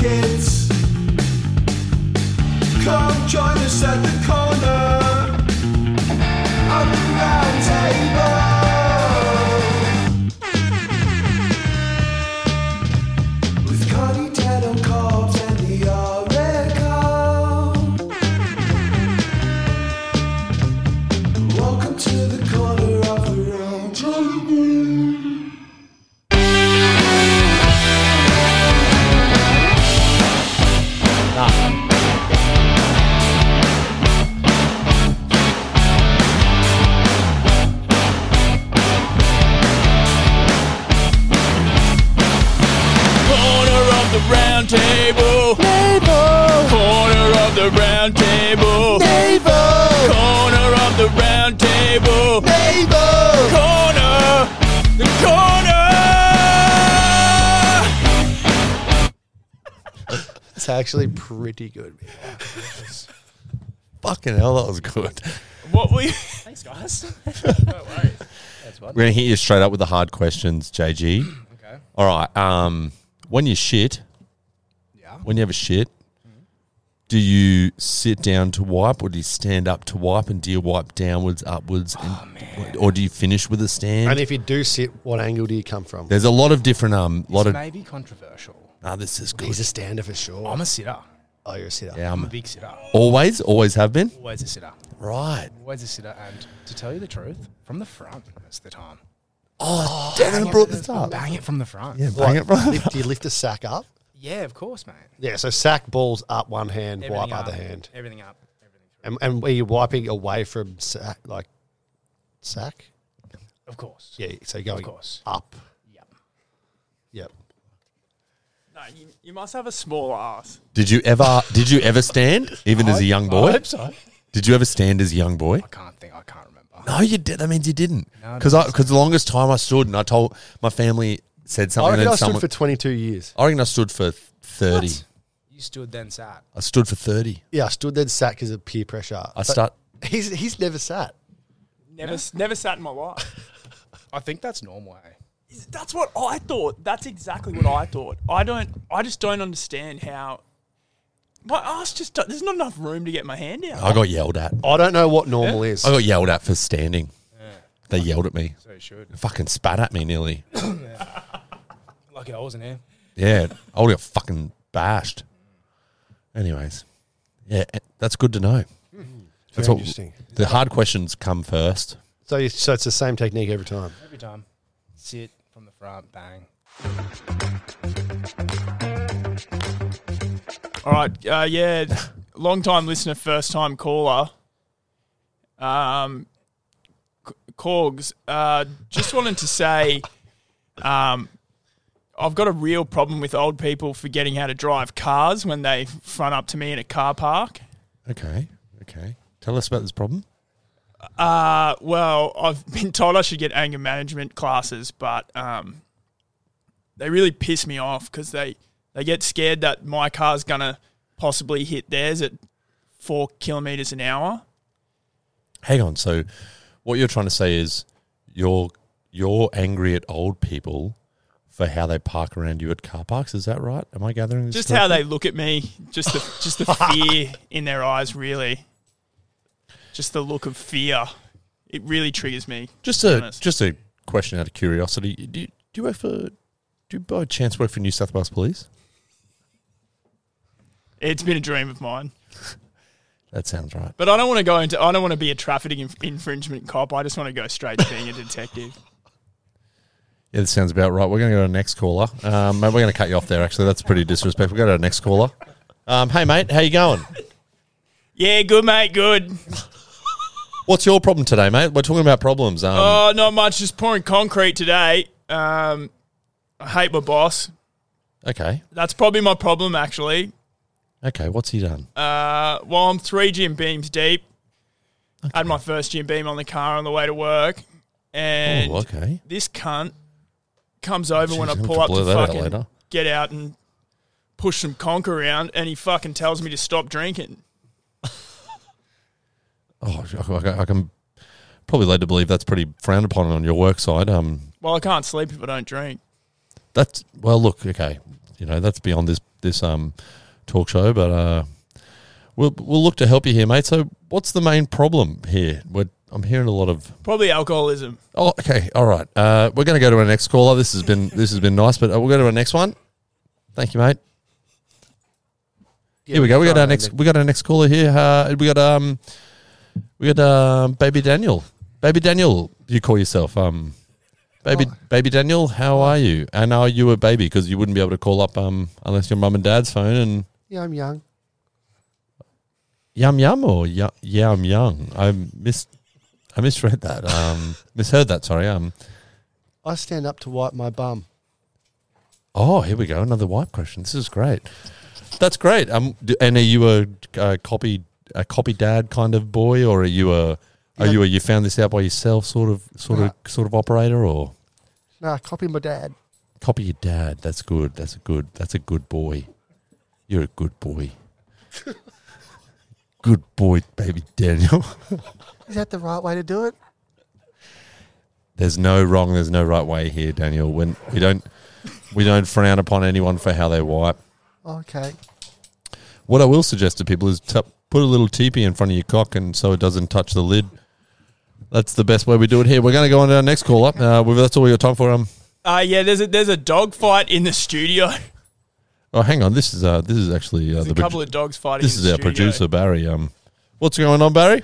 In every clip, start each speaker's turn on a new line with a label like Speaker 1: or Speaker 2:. Speaker 1: kids. Come join us at the corner of the round table. With Connie, Ted, and Cobbs, and the Oracle. Welcome to the corner of the round table.
Speaker 2: Corner of the round table. Corner of the round table. Corner of the round table. Corner. The corner.
Speaker 3: It's actually pretty good. man.
Speaker 4: Fucking hell, that was good.
Speaker 2: What were you?
Speaker 5: Thanks, guys.
Speaker 4: We're gonna hit you straight up with the hard questions, JG.
Speaker 5: Okay.
Speaker 4: All right. Um, when you shit,
Speaker 5: Yeah. Mm-hmm.
Speaker 4: when you have a shit, do you sit down to wipe, or do you stand up to wipe, and do you wipe downwards, upwards, and,
Speaker 5: Oh,
Speaker 4: or do you finish with a stand?
Speaker 3: And if you do sit, what angle do you come from?
Speaker 4: There's a lot of different um, lot
Speaker 5: It's
Speaker 4: of.
Speaker 5: maybe controversial.
Speaker 4: Ah, this is good.
Speaker 3: He's a stander for sure.
Speaker 5: I'm a sitter.
Speaker 3: oh, you're a sitter.
Speaker 4: Yeah,
Speaker 5: I'm a
Speaker 4: I'm-
Speaker 5: big sitter.
Speaker 4: always, always have been.
Speaker 5: Always a sitter.
Speaker 4: Right.
Speaker 5: Always a sitter. And to tell you the truth, from the front, that's the time.
Speaker 4: Oh, Devin brought this up.
Speaker 5: Bang it from the front.
Speaker 4: Yeah,
Speaker 3: What,
Speaker 4: bang it, bro.
Speaker 3: lift- do you lift the sack up?
Speaker 5: Yeah, of course, mate.
Speaker 3: Yeah, so sack balls up one hand,
Speaker 5: Everything
Speaker 3: wipe
Speaker 5: up,
Speaker 3: other hand.
Speaker 5: Everything up. Everything through.
Speaker 3: And, and were you wiping away from sack, like sack?
Speaker 5: Of course.
Speaker 3: Yeah, so going
Speaker 5: course.
Speaker 3: up.
Speaker 5: Yep.
Speaker 3: Yep.
Speaker 2: No, you, you must have a small ass.
Speaker 4: Did you ever? Did you ever stand, even as a young boy?
Speaker 3: so.
Speaker 4: Did you ever stand as a young boy?
Speaker 5: I can't think. I can't remember.
Speaker 4: No, you did. That means you didn't.
Speaker 5: No, I
Speaker 4: Because because the longest time I stood, and I told my family said something.
Speaker 3: I reckon
Speaker 4: and
Speaker 3: I
Speaker 4: then
Speaker 3: stood
Speaker 4: someone,
Speaker 3: for 22 years.
Speaker 4: I reckon I stood for thirty.
Speaker 5: You stood then sat.
Speaker 4: I stood for thirty.
Speaker 3: Yeah, I stood there and sat because of peer pressure.
Speaker 4: I start.
Speaker 3: He's, he's never sat.
Speaker 2: Never, s never sat in my life.
Speaker 5: I think that's normal. Eh?
Speaker 2: Is- That's what I thought. That's exactly what I thought. I don't. I just don't understand how. My ass just. don't- There's not enough room to get my hand out.
Speaker 4: I got yelled at.
Speaker 3: I don't know what normal is.
Speaker 4: I got yelled at for standing. They yelled at me.
Speaker 5: So you should.
Speaker 4: Fucking spat at me nearly.
Speaker 5: Lucky I wasn't here.
Speaker 4: Yeah, I would have fucking bashed. Anyways, yeah, eh, that's good to know. That's what-
Speaker 3: interesting.
Speaker 4: The hard questions come first.
Speaker 3: So, you, so it's the same technique every time.
Speaker 5: Every time. Sit from the front. Bang.
Speaker 2: All right. Uh, yeah. Long time listener, first time caller. Um, C- Corgs, uh, just wanted to say um, I've got a real problem with old people forgetting how to drive cars when they front up to me in a car park.
Speaker 4: Okay, okay. Tell us about this problem.
Speaker 2: Uh, well, I've been told I should get anger management classes, but um, they really piss me off because they, they get scared that my car's going to possibly hit theirs at four kilometres an hour.
Speaker 4: Hang on. So, what you're trying to say is you're you're angry at old people for how they park around you at car parks. Is that right? Am I gathering this?
Speaker 2: Just
Speaker 4: correctly?
Speaker 2: how they look at me, just the, just the fear in their eyes, really. Just the look of fear. It really triggers me.
Speaker 4: Just a
Speaker 2: honest.
Speaker 4: just a question out of curiosity. Do you, do you work for? Do you by chance work for New South Wales Police?
Speaker 2: It's been a dream of mine.
Speaker 4: That sounds right.
Speaker 2: But I don't want to go into, I don't want to be a trafficking inf- infringement cop. I just want to go straight to being a detective.
Speaker 4: Yeah, that sounds about right. We're going to go to our next caller. Um, mate, we're going to cut you off there. Actually, that's pretty disrespectful. We'll go to our next caller. Um, hey, mate, how you going?
Speaker 2: Yeah, good, mate, good.
Speaker 4: What's your problem today, mate? We're talking about problems. Um,
Speaker 2: Oh, not much. Just pouring concrete today. Um, I hate my boss.
Speaker 4: okay,
Speaker 2: That's probably my problem, actually.
Speaker 4: okay. What's he done?
Speaker 2: Uh, while I'm three gym beams deep, had my first gym beam on the car on the way to work, and
Speaker 4: oh, okay.
Speaker 2: this cunt comes over
Speaker 4: Jeez,
Speaker 2: when I
Speaker 4: I'm gonna
Speaker 2: pull up
Speaker 4: blur
Speaker 2: to
Speaker 4: that out
Speaker 2: fucking
Speaker 4: later.
Speaker 2: get out and push some conk around, and he fucking tells me to stop drinking.
Speaker 4: Oh, I, I- I can probably led to believe that's pretty frowned upon on your work side. Um,
Speaker 2: Well, I can't sleep if I don't drink.
Speaker 4: that's well, look, okay. you know that's beyond this this um talk show, but uh, we'll we'll look to help you here, mate. So, what's the main problem here? We're, I'm hearing a lot of
Speaker 2: Probably alcoholism.
Speaker 4: Oh, okay. All right. Uh, we're going to go to our next caller. This has been this has been nice, but uh, we'll go to our next one. Thank you, mate. here we go. We got our next. We got our next caller here. Uh, we got um, we got um, baby Daniel. Baby Daniel, you call yourself um, baby baby Daniel. How are you? And are you a baby? Because you wouldn't be able to call up um unless your mum and dad's phone and
Speaker 3: Yeah, I'm young.
Speaker 4: yum yum or yum yum young. I mis I misread that. Um, misheard that. Sorry. Um.
Speaker 3: I stand up to wipe my bum.
Speaker 4: Oh, here we go. Another wipe question. This is great. That's great. Um, d- and are you a, uh copy a copy dad kind of boy, or are you a are
Speaker 3: Yeah.
Speaker 4: you a you found this out by yourself sort of sort
Speaker 3: Nah.
Speaker 4: of sort of operator, or
Speaker 3: Nah, copy my dad.
Speaker 4: copy your dad? That's good. That's a good. That's a good boy. You're a good boy. good boy, baby Daniel.
Speaker 3: Is that the right way to do it?
Speaker 4: There's no wrong. There's no right way here, Daniel. When we don't we don't frown upon anyone for how they wipe.
Speaker 3: Okay.
Speaker 4: What I will suggest to people is tu put a little teepee in front of your cock, and so it doesn't touch the lid. That's the best way we do it here. We're going to go on to our next call up. Uh, we've, that's all we got time for. Um,
Speaker 2: Uh, yeah, there's a, there's a dog fight in the studio.
Speaker 4: oh, hang on. This is uh, this is actually uh,
Speaker 2: There's
Speaker 4: the
Speaker 2: a couple
Speaker 4: produ-
Speaker 2: of dogs fighting.
Speaker 4: this
Speaker 2: in
Speaker 4: is
Speaker 2: the
Speaker 4: our
Speaker 2: studio.
Speaker 4: producer Barry. Um, what's going on, Barry?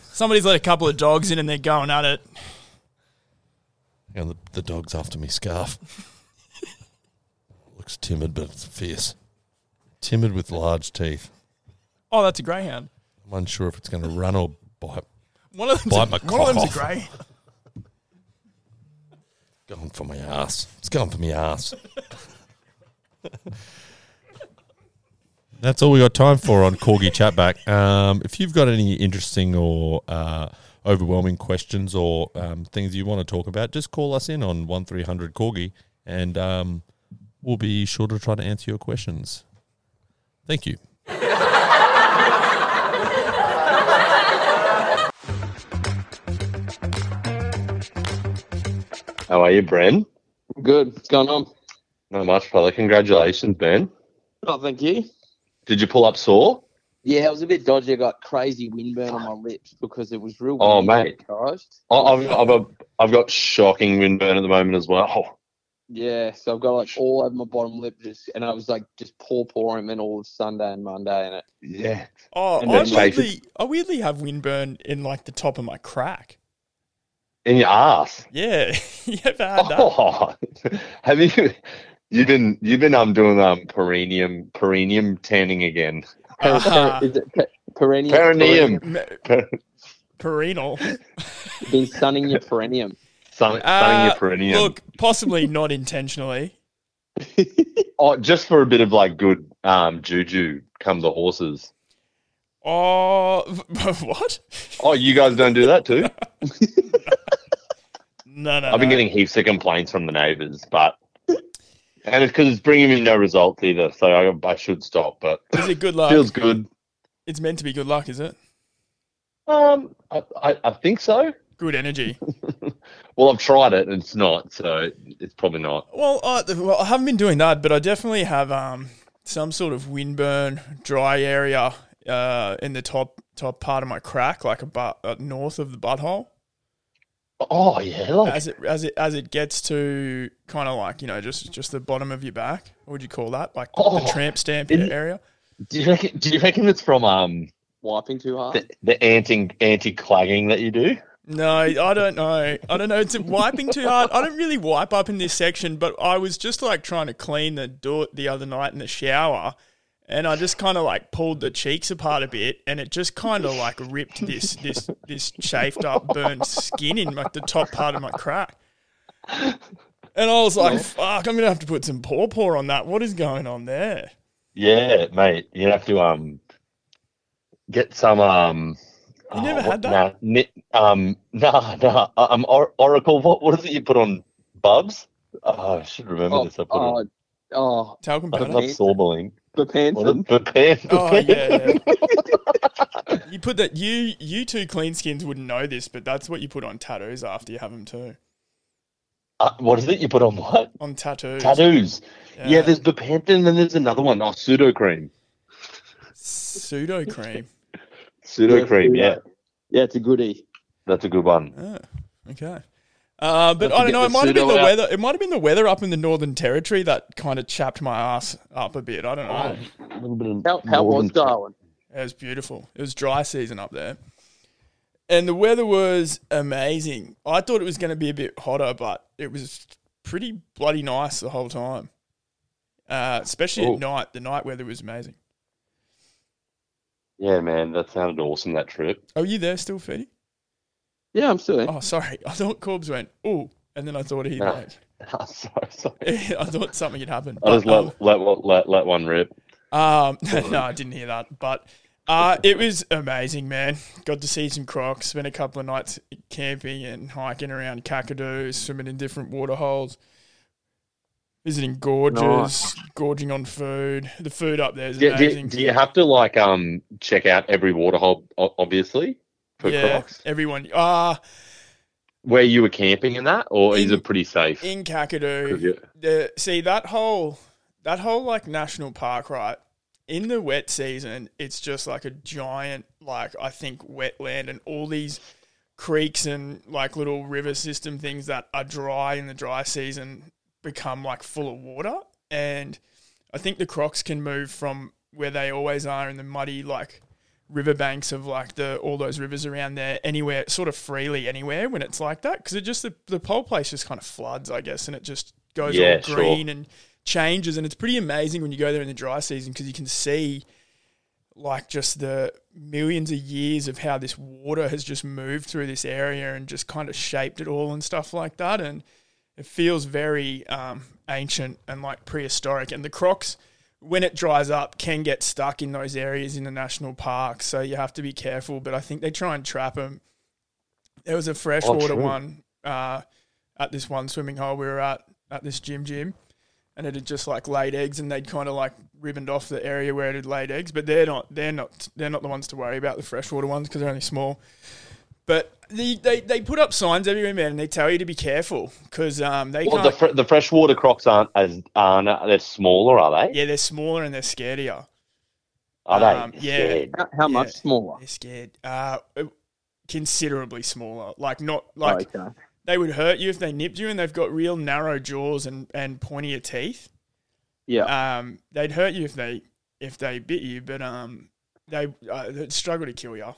Speaker 2: Somebody's let a couple of dogs in and they're going at it.
Speaker 4: Hang on, the, the dog's after me scarf. Looks timid, but it's fierce. Timid with large teeth.
Speaker 2: Oh, that's a greyhound.
Speaker 4: I'm unsure if it's going to run or bite.
Speaker 2: One of them's,
Speaker 4: Bite
Speaker 2: a,
Speaker 4: my
Speaker 2: one of
Speaker 4: cock
Speaker 2: them's
Speaker 4: off.
Speaker 2: a grey.
Speaker 4: Going for my ass. It's going for my ass. That's all we got time for on Corgi Chatback. Um, if you've got any interesting or uh, overwhelming questions or um, things you want to talk about, just call us in on 1300 Corgi and um, we'll be sure to try to answer your questions. Thank you.
Speaker 6: How are you, Bren?
Speaker 7: Good. What's going on?
Speaker 6: Not much, brother. Congratulations, Ben.
Speaker 7: Oh, thank you.
Speaker 6: Did you pull up sore?
Speaker 7: Yeah, it was a bit dodgy. I got crazy windburn on my lips because it was real.
Speaker 6: Oh,
Speaker 7: windy when
Speaker 6: mate.
Speaker 7: it charged.
Speaker 6: I- I've, I've, I've, I've got shocking windburn at the moment as well. Oh,
Speaker 7: Yeah, so I've got like all over my bottom lip, just and I was like just poor pouring in all of Sunday and Monday, and it.
Speaker 6: Yeah.
Speaker 2: Oh,
Speaker 6: And
Speaker 2: I
Speaker 6: then shake it.
Speaker 2: weirdly, I weirdly have windburn in like the top of my crack.
Speaker 6: In your ass.
Speaker 2: Yeah, you ever had that?
Speaker 6: Oh, have you? You've been you've been um doing um perineum perineum tanning again.
Speaker 2: Uh-huh.
Speaker 7: Is it pe- perennial?
Speaker 6: Perineum,
Speaker 2: Me-
Speaker 6: Per-
Speaker 2: Perennial.
Speaker 7: Been sunning your perennium.
Speaker 6: sun, sunning
Speaker 2: Uh,
Speaker 6: your perineum.
Speaker 2: Look, possibly not intentionally.
Speaker 6: oh, just for a bit of like good um juju. Come the horses.
Speaker 2: Oh, what?
Speaker 6: Oh, you guys don't do that too.
Speaker 2: No, no.
Speaker 6: I've been
Speaker 2: no.
Speaker 6: getting heaps of complaints from the neighbours, but and it's because it's bringing me no results either. So I, I should stop, but
Speaker 2: Is it good luck?
Speaker 6: feels good.
Speaker 2: It's meant to be good luck, is it?
Speaker 6: Um, I, I, I think so.
Speaker 2: Good energy.
Speaker 6: Well, I've tried it and it's not, so it's probably not.
Speaker 2: Well, I, well, I haven't been doing that, but I definitely have um some sort of windburn, dry area uh in the top top part of my crack, like about uh, north of the butthole.
Speaker 6: Oh yeah, like,
Speaker 2: As it as it as it gets to kind of like you know just just the bottom of your back. What would you call that? Like
Speaker 6: Oh,
Speaker 2: the tramp stamp
Speaker 6: isn't-
Speaker 2: area.
Speaker 6: do you reckon? Do you reckon it's from um
Speaker 7: Wiping too hard.
Speaker 6: the, the anti anti clagging that you do?
Speaker 2: No, I don't know. I don't know. It's wiping too hard. I don't really wipe up in this section, but I was just like trying to clean the door the other night in the shower, and I just kind of like pulled the cheeks apart a bit, and it just kind of like ripped this this this chafed up, burnt skin in like the top part of my crack. And I was like, "Fuck! I'm gonna have to put some paw paw on that. What is going on there?"
Speaker 6: Yeah, mate, you have to um get some um.
Speaker 2: You never
Speaker 6: what-
Speaker 2: had that?
Speaker 6: Nah, ni- um, nah, nah. uh, Um, or- Oracle. What what is it you put on bubs? Oh, I should remember
Speaker 7: Oh,
Speaker 6: this. I put
Speaker 7: oh,
Speaker 6: on.
Speaker 7: oh,
Speaker 2: Talcum
Speaker 6: I put
Speaker 2: powder.
Speaker 6: on sorbeling. What is
Speaker 7: Bepanthen.
Speaker 6: it? Bepanthen.
Speaker 2: Oh yeah. yeah. you put that. You you two clean skins wouldn't know this, but that's what you put on tattoos after you have them too.
Speaker 6: Uh, what is it you put on? What
Speaker 2: On tattoos.
Speaker 6: tattoos? Yeah, there's Bepanthen, and then there's another one. Oh, pseudo cream.
Speaker 2: pseudo cream.
Speaker 6: Pseudo cream. Yeah,
Speaker 7: Yeah, it's a goodie.
Speaker 6: that's a good one.
Speaker 2: Oh, okay. Uh, but
Speaker 7: Don't
Speaker 2: I don't
Speaker 7: forget
Speaker 2: know. It
Speaker 7: the
Speaker 2: might have been the
Speaker 7: pseudo out.
Speaker 2: weather. It might have been the weather up in the Northern Territory that kind of chapped my ass up a bit. I don't know.
Speaker 6: A little bit of
Speaker 7: How, how was
Speaker 6: Northern-
Speaker 7: Darwin?
Speaker 2: It was beautiful. It was dry season up there. And the weather was amazing. I thought it was going to be a bit hotter, but it was pretty bloody nice the whole time. Uh, especially
Speaker 6: Cool.
Speaker 2: at night. The night weather was amazing.
Speaker 6: Yeah, man, that sounded awesome. That trip.
Speaker 2: Are you there still, Fede?
Speaker 7: Yeah, I'm still in.
Speaker 2: Oh, sorry. I thought Corbs went, ooh. And then I thought he
Speaker 6: No.
Speaker 2: went.
Speaker 6: I'm so sorry.
Speaker 2: I thought something had happened.
Speaker 6: I just
Speaker 2: But, um,
Speaker 6: let, let one- let let one rip.
Speaker 2: Um, no, I didn't hear that, but uh, it was amazing, man. Got to see some crocs, spent a couple of nights camping and hiking around Kakadu, swimming in different waterholes, visiting gorges, gorging on food. The food up there is
Speaker 6: Do, do,
Speaker 2: amazing.
Speaker 6: do you have to like um check out every waterhole, o- obviously, for
Speaker 2: yeah,
Speaker 6: crocs?
Speaker 2: everyone. Uh,
Speaker 6: Where you were camping and that, or is
Speaker 2: In-
Speaker 6: it pretty safe?
Speaker 2: in
Speaker 6: 'Cause
Speaker 2: Kakadu,
Speaker 6: you-
Speaker 2: the, see that whole that whole like national park right in the wet season it's just like a giant like i think wetland and all these creeks and like little river system things that are dry in the dry season become like full of water and i think the crocs can move from where they always are in the muddy like riverbanks of like the all those rivers around there anywhere sort of freely anywhere when it's like that because it just the, the whole place just kind of floods i guess and it just goes
Speaker 6: Yeah,
Speaker 2: all
Speaker 6: sure.
Speaker 2: green and changes and it's pretty amazing when you go there in the dry season because you can see like just the millions of years of how this water has just moved through this area and just kind of shaped it all and stuff like that and it feels very um, ancient and like prehistoric and the crocs when it dries up can get stuck in those areas in the national park so you have to be careful but i think they try and trap them there was a freshwater
Speaker 6: true.
Speaker 2: one uh, at this one swimming hole we were at at this gym gym and it had just like laid eggs and they'd kind of like ribboned off the area where it had laid eggs but they're not they're not they're not the ones to worry about the freshwater ones because they're only small but they, they, they put up signs everywhere man and they tell you to be careful because um, they
Speaker 6: Well,
Speaker 2: can't
Speaker 6: the fr- the freshwater crocs aren't as aren't they're smaller, are they?
Speaker 2: yeah they're smaller and they're scaredier
Speaker 6: Are they?
Speaker 2: um, yeah.
Speaker 6: Scared.
Speaker 7: How, how
Speaker 2: Yeah.
Speaker 7: much smaller?
Speaker 2: they're scared uh, considerably smaller like not like
Speaker 7: Oh, okay.
Speaker 2: they would hurt you if they nipped you and they've got real narrow jaws and, and pointier teeth
Speaker 7: Yeah.
Speaker 2: um, they'd hurt you if they if they bit you, but um, they uh, they'd struggle to kill you.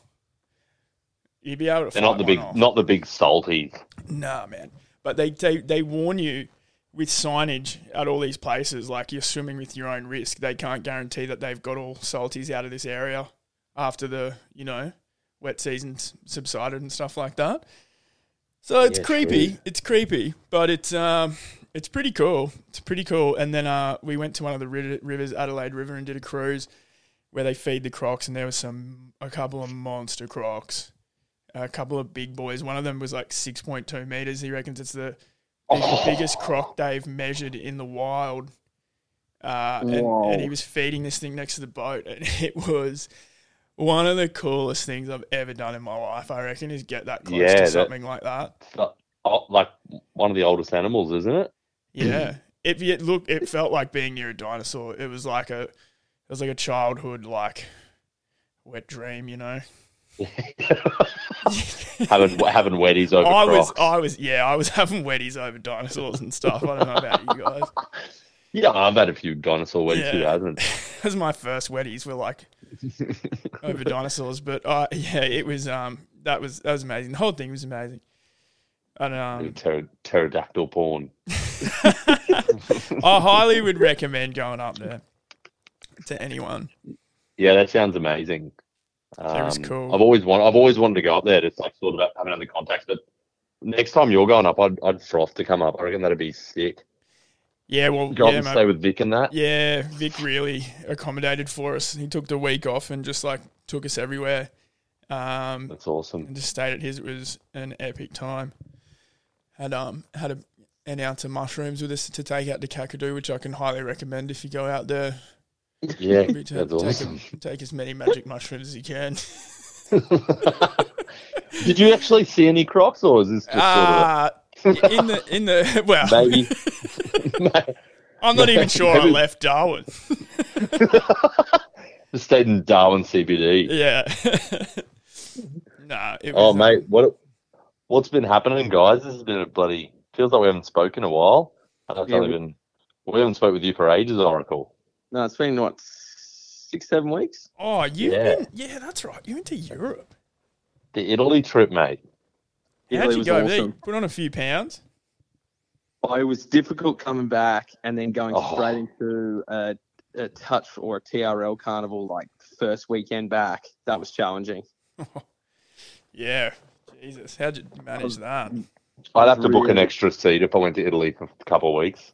Speaker 2: You'd be able to.
Speaker 6: They're not
Speaker 2: fight one
Speaker 6: the big
Speaker 2: off.
Speaker 6: not the big salties.
Speaker 2: Nah, man. But they, they they warn you with signage at all these places, like you're swimming with your own risk. They can't guarantee that they've got all salties out of this area after the you know wet season's subsided and stuff like that. So it's
Speaker 6: Yeah,
Speaker 2: creepy.
Speaker 6: true.
Speaker 2: It's creepy, but it's um it's pretty cool. It's pretty cool. And then uh, we went to one of the rid- rivers, Adelaide River, and did a cruise where they feed the crocs, and there was some a couple of monster crocs a couple of big boys. One of them was like 6.2 meters. He reckons it's the big-
Speaker 6: Oh.
Speaker 2: biggest croc they've measured in the wild. Uh, and,
Speaker 7: Wow.
Speaker 2: and he was feeding this thing next to the boat, and it was one of the coolest things I've ever done in my life. I reckon is get that close
Speaker 6: Yeah,
Speaker 2: to
Speaker 6: that-
Speaker 2: something like that.
Speaker 6: It's not- oh, like one of the oldest animals, isn't it?
Speaker 2: Yeah, it, it looked, it felt like being near a dinosaur. It was like a, it was like a childhood like wet dream, you know.
Speaker 6: having having weddies over
Speaker 2: I
Speaker 6: crocs.
Speaker 2: was, I was, yeah, I was having weddies over dinosaurs and stuff. I don't know about you guys.
Speaker 6: yeah, I've had a few dinosaur weddies too,
Speaker 2: Yeah.
Speaker 6: hasn't? it?
Speaker 2: Because my first weddies were like over dinosaurs, but uh, yeah, it was um that was that was amazing. The whole thing was amazing. And um,
Speaker 6: Pter- pterodactyl porn.
Speaker 2: I highly would recommend going up there to anyone.
Speaker 6: Yeah, that sounds amazing. Um,
Speaker 2: That was cool.
Speaker 6: I've always wanted. I've always wanted to go up there. Just like sort of having other contacts. But next time you're going up, I'd I'd froth to come up. I reckon that'd be sick.
Speaker 2: Yeah, well,
Speaker 6: Go up
Speaker 2: yeah,
Speaker 6: and
Speaker 2: mate.
Speaker 6: stay with Vic and that.
Speaker 2: yeah. Vic really accommodated for us. He took the week off and just like took us everywhere. Um,
Speaker 6: That's awesome.
Speaker 2: and just stayed at his. It was an epic time. Had um had a, an ounce of mushrooms with us to take out to Kakadu, which I can highly recommend if you go out there.
Speaker 6: Yeah,
Speaker 2: Maybe ta-
Speaker 6: that's
Speaker 2: take,
Speaker 6: awesome.
Speaker 2: take as many magic mushrooms as you can.
Speaker 6: Did you actually see any crocs, or is this just
Speaker 2: Ah, in the in the well,
Speaker 6: sort of a- maybe?
Speaker 2: I'm not even sure I left Darwin.
Speaker 6: Just stayed in Darwin CBD.
Speaker 2: Yeah. no. It
Speaker 6: Oh
Speaker 2: was, um,
Speaker 6: mate, what what's been happening, guys? This has been a bloody feels like we haven't spoken in a while. I don't
Speaker 7: Yeah,
Speaker 6: know
Speaker 7: we-
Speaker 6: even we haven't spoke with you for ages, Oracle.
Speaker 7: No, it's been what six, seven weeks.
Speaker 2: Oh, you
Speaker 6: Yeah.
Speaker 2: went- yeah, that's right. You went to Europe.
Speaker 6: The Italy trip, mate.
Speaker 2: How'd
Speaker 7: Italy
Speaker 2: you
Speaker 7: was
Speaker 2: go there? You
Speaker 7: awesome.
Speaker 2: put on a few pounds.
Speaker 7: Oh, it was difficult coming back and then going
Speaker 6: Oh.
Speaker 7: straight into a, a touch or a TRL carnival like first weekend back. That was challenging.
Speaker 2: Yeah. Jesus, how'd you manage
Speaker 6: Um,
Speaker 2: that?
Speaker 6: I'd have to book an
Speaker 7: Really?
Speaker 6: extra seat if I went to Italy for a couple of weeks.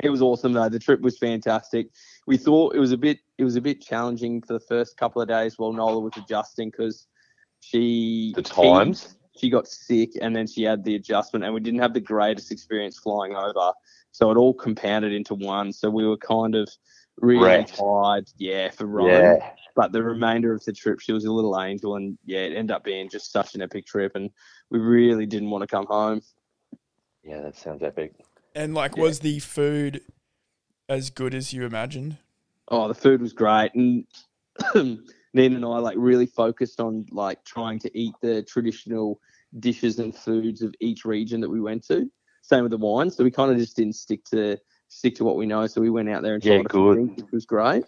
Speaker 7: It was awesome though. The trip was fantastic. We thought it was a bit it was a bit challenging for the first couple of days while Nola was adjusting because she
Speaker 6: The times?
Speaker 7: she, she got sick and then she had the adjustment and we didn't have the greatest experience flying over. So it all compounded into one. So we were kind of really
Speaker 6: Wrecked.
Speaker 7: tired, yeah, for Rome.
Speaker 6: Yeah.
Speaker 7: But the remainder of the trip, she was a little angel, and yeah, it ended up being just such an epic trip, and we really didn't want to come home.
Speaker 6: Yeah, that sounds epic.
Speaker 2: And like, was the food as good as you imagined?
Speaker 7: Oh, the food was great, and Nina and I like really focused on like trying to eat the traditional dishes and foods of each region that we went to. Same with the wine, so we kind of just didn't stick to stick to what we know. So we went out there and
Speaker 6: Yeah,
Speaker 7: tried a few
Speaker 6: good.
Speaker 7: things, which was great.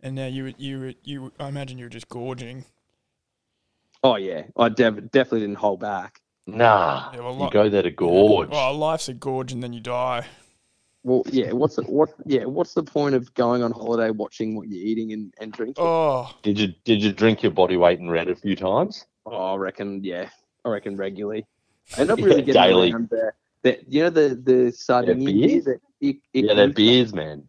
Speaker 2: And now you were- you were- you were- I imagine you were just gorging.
Speaker 7: Oh yeah, I dev- definitely didn't hold back.
Speaker 6: Nah.
Speaker 2: Yeah, well,
Speaker 6: you
Speaker 2: like-
Speaker 6: go there to gorge.
Speaker 2: Oh, life's a gorge and then you die.
Speaker 7: Well, yeah. What's the, what? Yeah, what's the point of going on holiday, watching what you're eating and, and drinking?
Speaker 2: Oh,
Speaker 6: Did you did you drink your body weight in red a few times?
Speaker 7: Oh, I reckon, yeah. I reckon regularly. And not really
Speaker 6: Yeah,
Speaker 7: getting
Speaker 6: daily.
Speaker 7: around the, the, you know, the, the Sardinian
Speaker 6: beer?
Speaker 7: beer? that Ic-
Speaker 6: yeah, they're
Speaker 7: Ignusa-
Speaker 6: beers, man.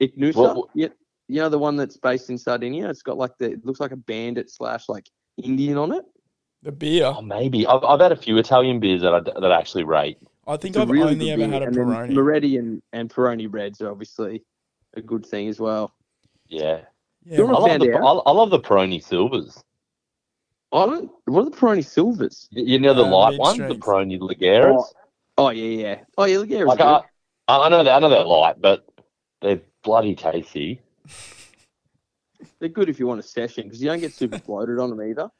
Speaker 7: Ignusa?
Speaker 6: What- what-
Speaker 7: Yeah, you know, the one that's based in Sardinia? It's got like the, it looks like a bandit slash like Indian on it.
Speaker 2: the beer.
Speaker 6: Oh, maybe. I've, I've had a few Italian beers that I, that I actually rate.
Speaker 2: I think
Speaker 7: It's a
Speaker 2: I've
Speaker 7: really
Speaker 2: only
Speaker 7: good
Speaker 2: ever
Speaker 7: beer.
Speaker 2: had a
Speaker 7: and then
Speaker 2: Peroni.
Speaker 7: Moretti and, and Peroni Reds are obviously a good thing as well.
Speaker 6: Yeah.
Speaker 2: yeah,
Speaker 6: I
Speaker 7: Well,
Speaker 6: love, the,
Speaker 7: found
Speaker 6: I, I love the Peroni Silvers.
Speaker 7: I don't, what are the Peroni Silvers?
Speaker 6: You, you know the
Speaker 2: Uh,
Speaker 6: light ones, the
Speaker 2: mid-strength.
Speaker 6: Peroni Lagares.
Speaker 7: Oh, yeah, yeah. Oh, yeah, yeah. it was
Speaker 6: Like, uh, I, I I know that I know that light, but they're bloody tasty.
Speaker 7: good. They're good if you want a session because you don't get super bloated on them either.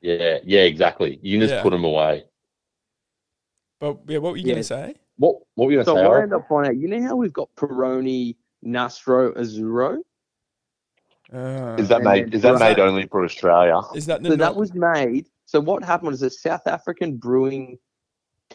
Speaker 6: Yeah, yeah, exactly. You can just
Speaker 2: Yeah.
Speaker 6: put them away.
Speaker 2: but yeah, what were you
Speaker 7: Yeah.
Speaker 2: gonna say?
Speaker 6: What what were you
Speaker 7: So
Speaker 6: gonna say?
Speaker 7: what I
Speaker 6: Aaron?
Speaker 7: end up finding out, you know how we've got Peroni, Nastro, Azzurro?
Speaker 2: Uh,
Speaker 6: Is that
Speaker 7: and
Speaker 6: made
Speaker 7: then
Speaker 6: is that
Speaker 2: dry-
Speaker 6: made only for Australia?
Speaker 2: is that the
Speaker 7: So that
Speaker 2: not-
Speaker 7: was made. So what happened was a South African brewing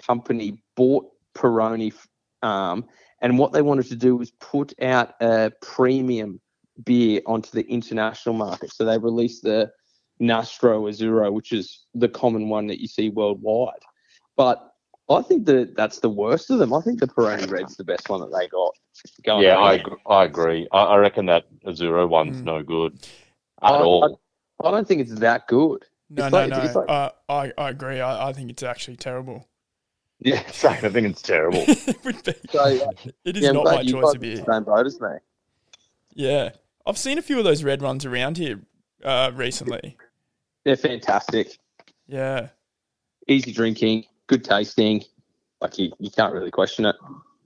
Speaker 7: company bought Peroni, f- um, and what they wanted to do was put out a premium beer onto the international market. So they released the Nastro Azzurro, which is the common one that you see worldwide. But I think that that's the worst of them. I think the Peroni Red's the best one that they got. Going
Speaker 6: Yeah,
Speaker 7: around.
Speaker 6: I ag- I agree. I, I reckon that Azuro one's
Speaker 2: Mm.
Speaker 6: no good at
Speaker 7: I-
Speaker 6: all.
Speaker 7: I don't think it's that good.
Speaker 2: no,
Speaker 7: it's
Speaker 2: no,
Speaker 7: like-
Speaker 2: no.
Speaker 7: it's like-
Speaker 2: uh, I I agree. I, I think it's actually terrible.
Speaker 6: yeah, sorry, I think it's terrible.
Speaker 2: it would be.
Speaker 7: So, uh, yeah,
Speaker 2: It is
Speaker 7: I'm
Speaker 2: not
Speaker 7: glad
Speaker 2: my
Speaker 7: you
Speaker 2: choice of
Speaker 7: guys are in
Speaker 2: beer.
Speaker 7: the Same boat as me.
Speaker 2: Yeah, I've seen a few of those red ones around here uh, recently.
Speaker 7: They're fantastic.
Speaker 2: Yeah,
Speaker 7: Easy drinking, good tasting. Like you, you can't really question it.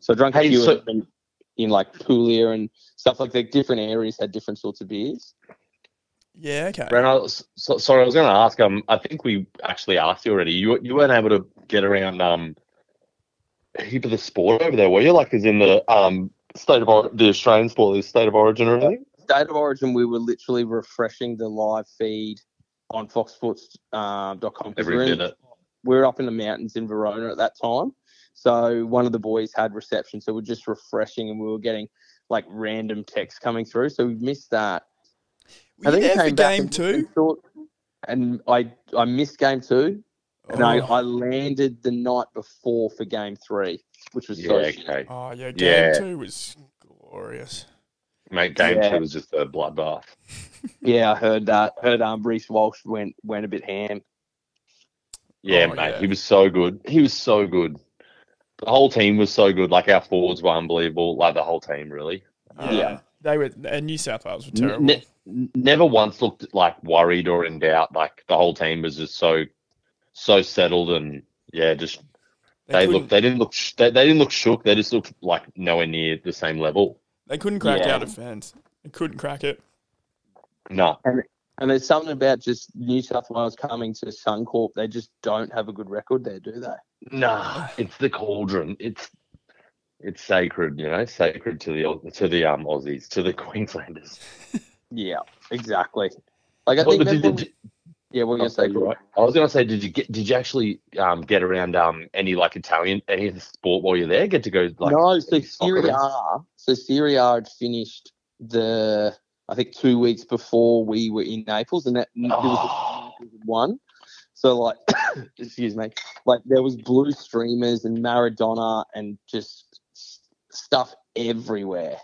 Speaker 7: So I drank
Speaker 6: Hey,
Speaker 7: a few
Speaker 6: so-
Speaker 7: of them in like Puglia and stuff like that. Different areas had different sorts of beers.
Speaker 2: yeah. Okay.
Speaker 6: Bren, I was, so, sorry, I was going to ask. Um, I think we actually asked you already. You you weren't able to get around um, a heap of the sport over there, were you? Like, is in the um state of or- the Australian sport, the state of origin, or anything?
Speaker 7: State of Origin, we were literally refreshing the live feed on foxsports.com. Um,
Speaker 6: Every minute.
Speaker 7: we were up in the mountains in Verona at that time. So one of the boys had reception, so we're just refreshing, and we were getting like random texts coming through. So we missed that.
Speaker 2: Were you
Speaker 7: I
Speaker 2: there for
Speaker 7: came back
Speaker 2: game
Speaker 7: and-
Speaker 2: two?
Speaker 7: and thought- And I I missed game two, and I,
Speaker 2: Oh.
Speaker 7: I landed the night before for game three, which was
Speaker 6: Yeah,
Speaker 7: so
Speaker 6: okay,
Speaker 2: Oh yeah, game
Speaker 6: Yeah.
Speaker 2: two was glorious.
Speaker 6: mate. Game
Speaker 7: Yeah.
Speaker 6: two was just a bloodbath.
Speaker 7: yeah. I heard that. Heard um Reese Walsh went went a bit ham.
Speaker 6: Yeah,
Speaker 2: Oh,
Speaker 6: mate,
Speaker 2: yeah.
Speaker 6: he was so good. He was so good. The whole team was so good. Like our forwards were unbelievable. Like the whole team, really.
Speaker 2: Yeah,
Speaker 7: Yeah.
Speaker 2: Uh, they were. And New South Wales were
Speaker 6: N-
Speaker 2: terrible.
Speaker 6: ne- n- never once looked like worried or in doubt. Like the whole team was just so, so settled and yeah, just They,
Speaker 2: couldn't-
Speaker 6: looked. They didn't look. Sh- they, they didn't look shook. They just looked like nowhere near the same level.
Speaker 2: They couldn't crack
Speaker 6: Yeah.
Speaker 2: out of fans. They couldn't crack it.
Speaker 6: No.
Speaker 7: And there's something about just New South Wales coming to Suncorp. They just don't have a good record there, do they?
Speaker 6: Nah. It's the cauldron. It's it's sacred. You know, sacred to the to the um Aussies, to the Queenslanders.
Speaker 7: Yeah, exactly. Like I
Speaker 6: Well,
Speaker 7: think
Speaker 6: but
Speaker 7: that's
Speaker 6: did-
Speaker 7: what
Speaker 6: did-
Speaker 7: we- yeah, we're gonna
Speaker 6: I'll
Speaker 7: say
Speaker 6: say, right. I was gonna say, did you get? Did you actually um, get around um, any like Italian, any of the sport while you're there? Get to go like
Speaker 7: no, so
Speaker 6: soccer
Speaker 7: Serie
Speaker 6: events?
Speaker 7: A, so Serie A had finished the I think two weeks before we were in Naples, and that there
Speaker 6: Oh.
Speaker 7: was a Naples one. So like, excuse me, like there was blue streamers and Maradona and just s- stuff everywhere.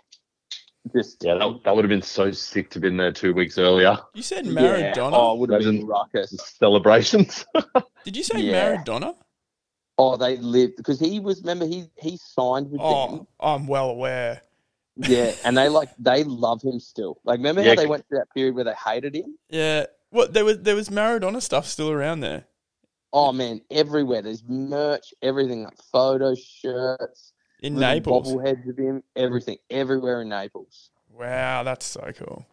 Speaker 7: Just
Speaker 6: Yeah, that, that would have been so sick to have been there two weeks earlier.
Speaker 2: You said
Speaker 7: Yeah. Oh,
Speaker 2: Maradona.
Speaker 7: it would have been
Speaker 6: Imagine-
Speaker 7: ruckus.
Speaker 6: Celebrations.
Speaker 2: Did you say
Speaker 7: yeah.
Speaker 2: Maradona?
Speaker 7: Oh, they lived because he was. Remember, he he signed with them.
Speaker 2: Oh, I'm well aware.
Speaker 7: Yeah, and they like they love him still. Like, remember
Speaker 6: Yeah,
Speaker 7: how they
Speaker 6: 'cause-
Speaker 7: went through that period where they hated him?
Speaker 2: Yeah. What there was there was Maradona stuff still around there.
Speaker 7: Oh man, everywhere there's merch, everything like photo shirts,
Speaker 2: In
Speaker 7: little
Speaker 2: Naples.
Speaker 7: bobbleheads of him, everything, everywhere in Naples.
Speaker 2: Wow, that's so cool.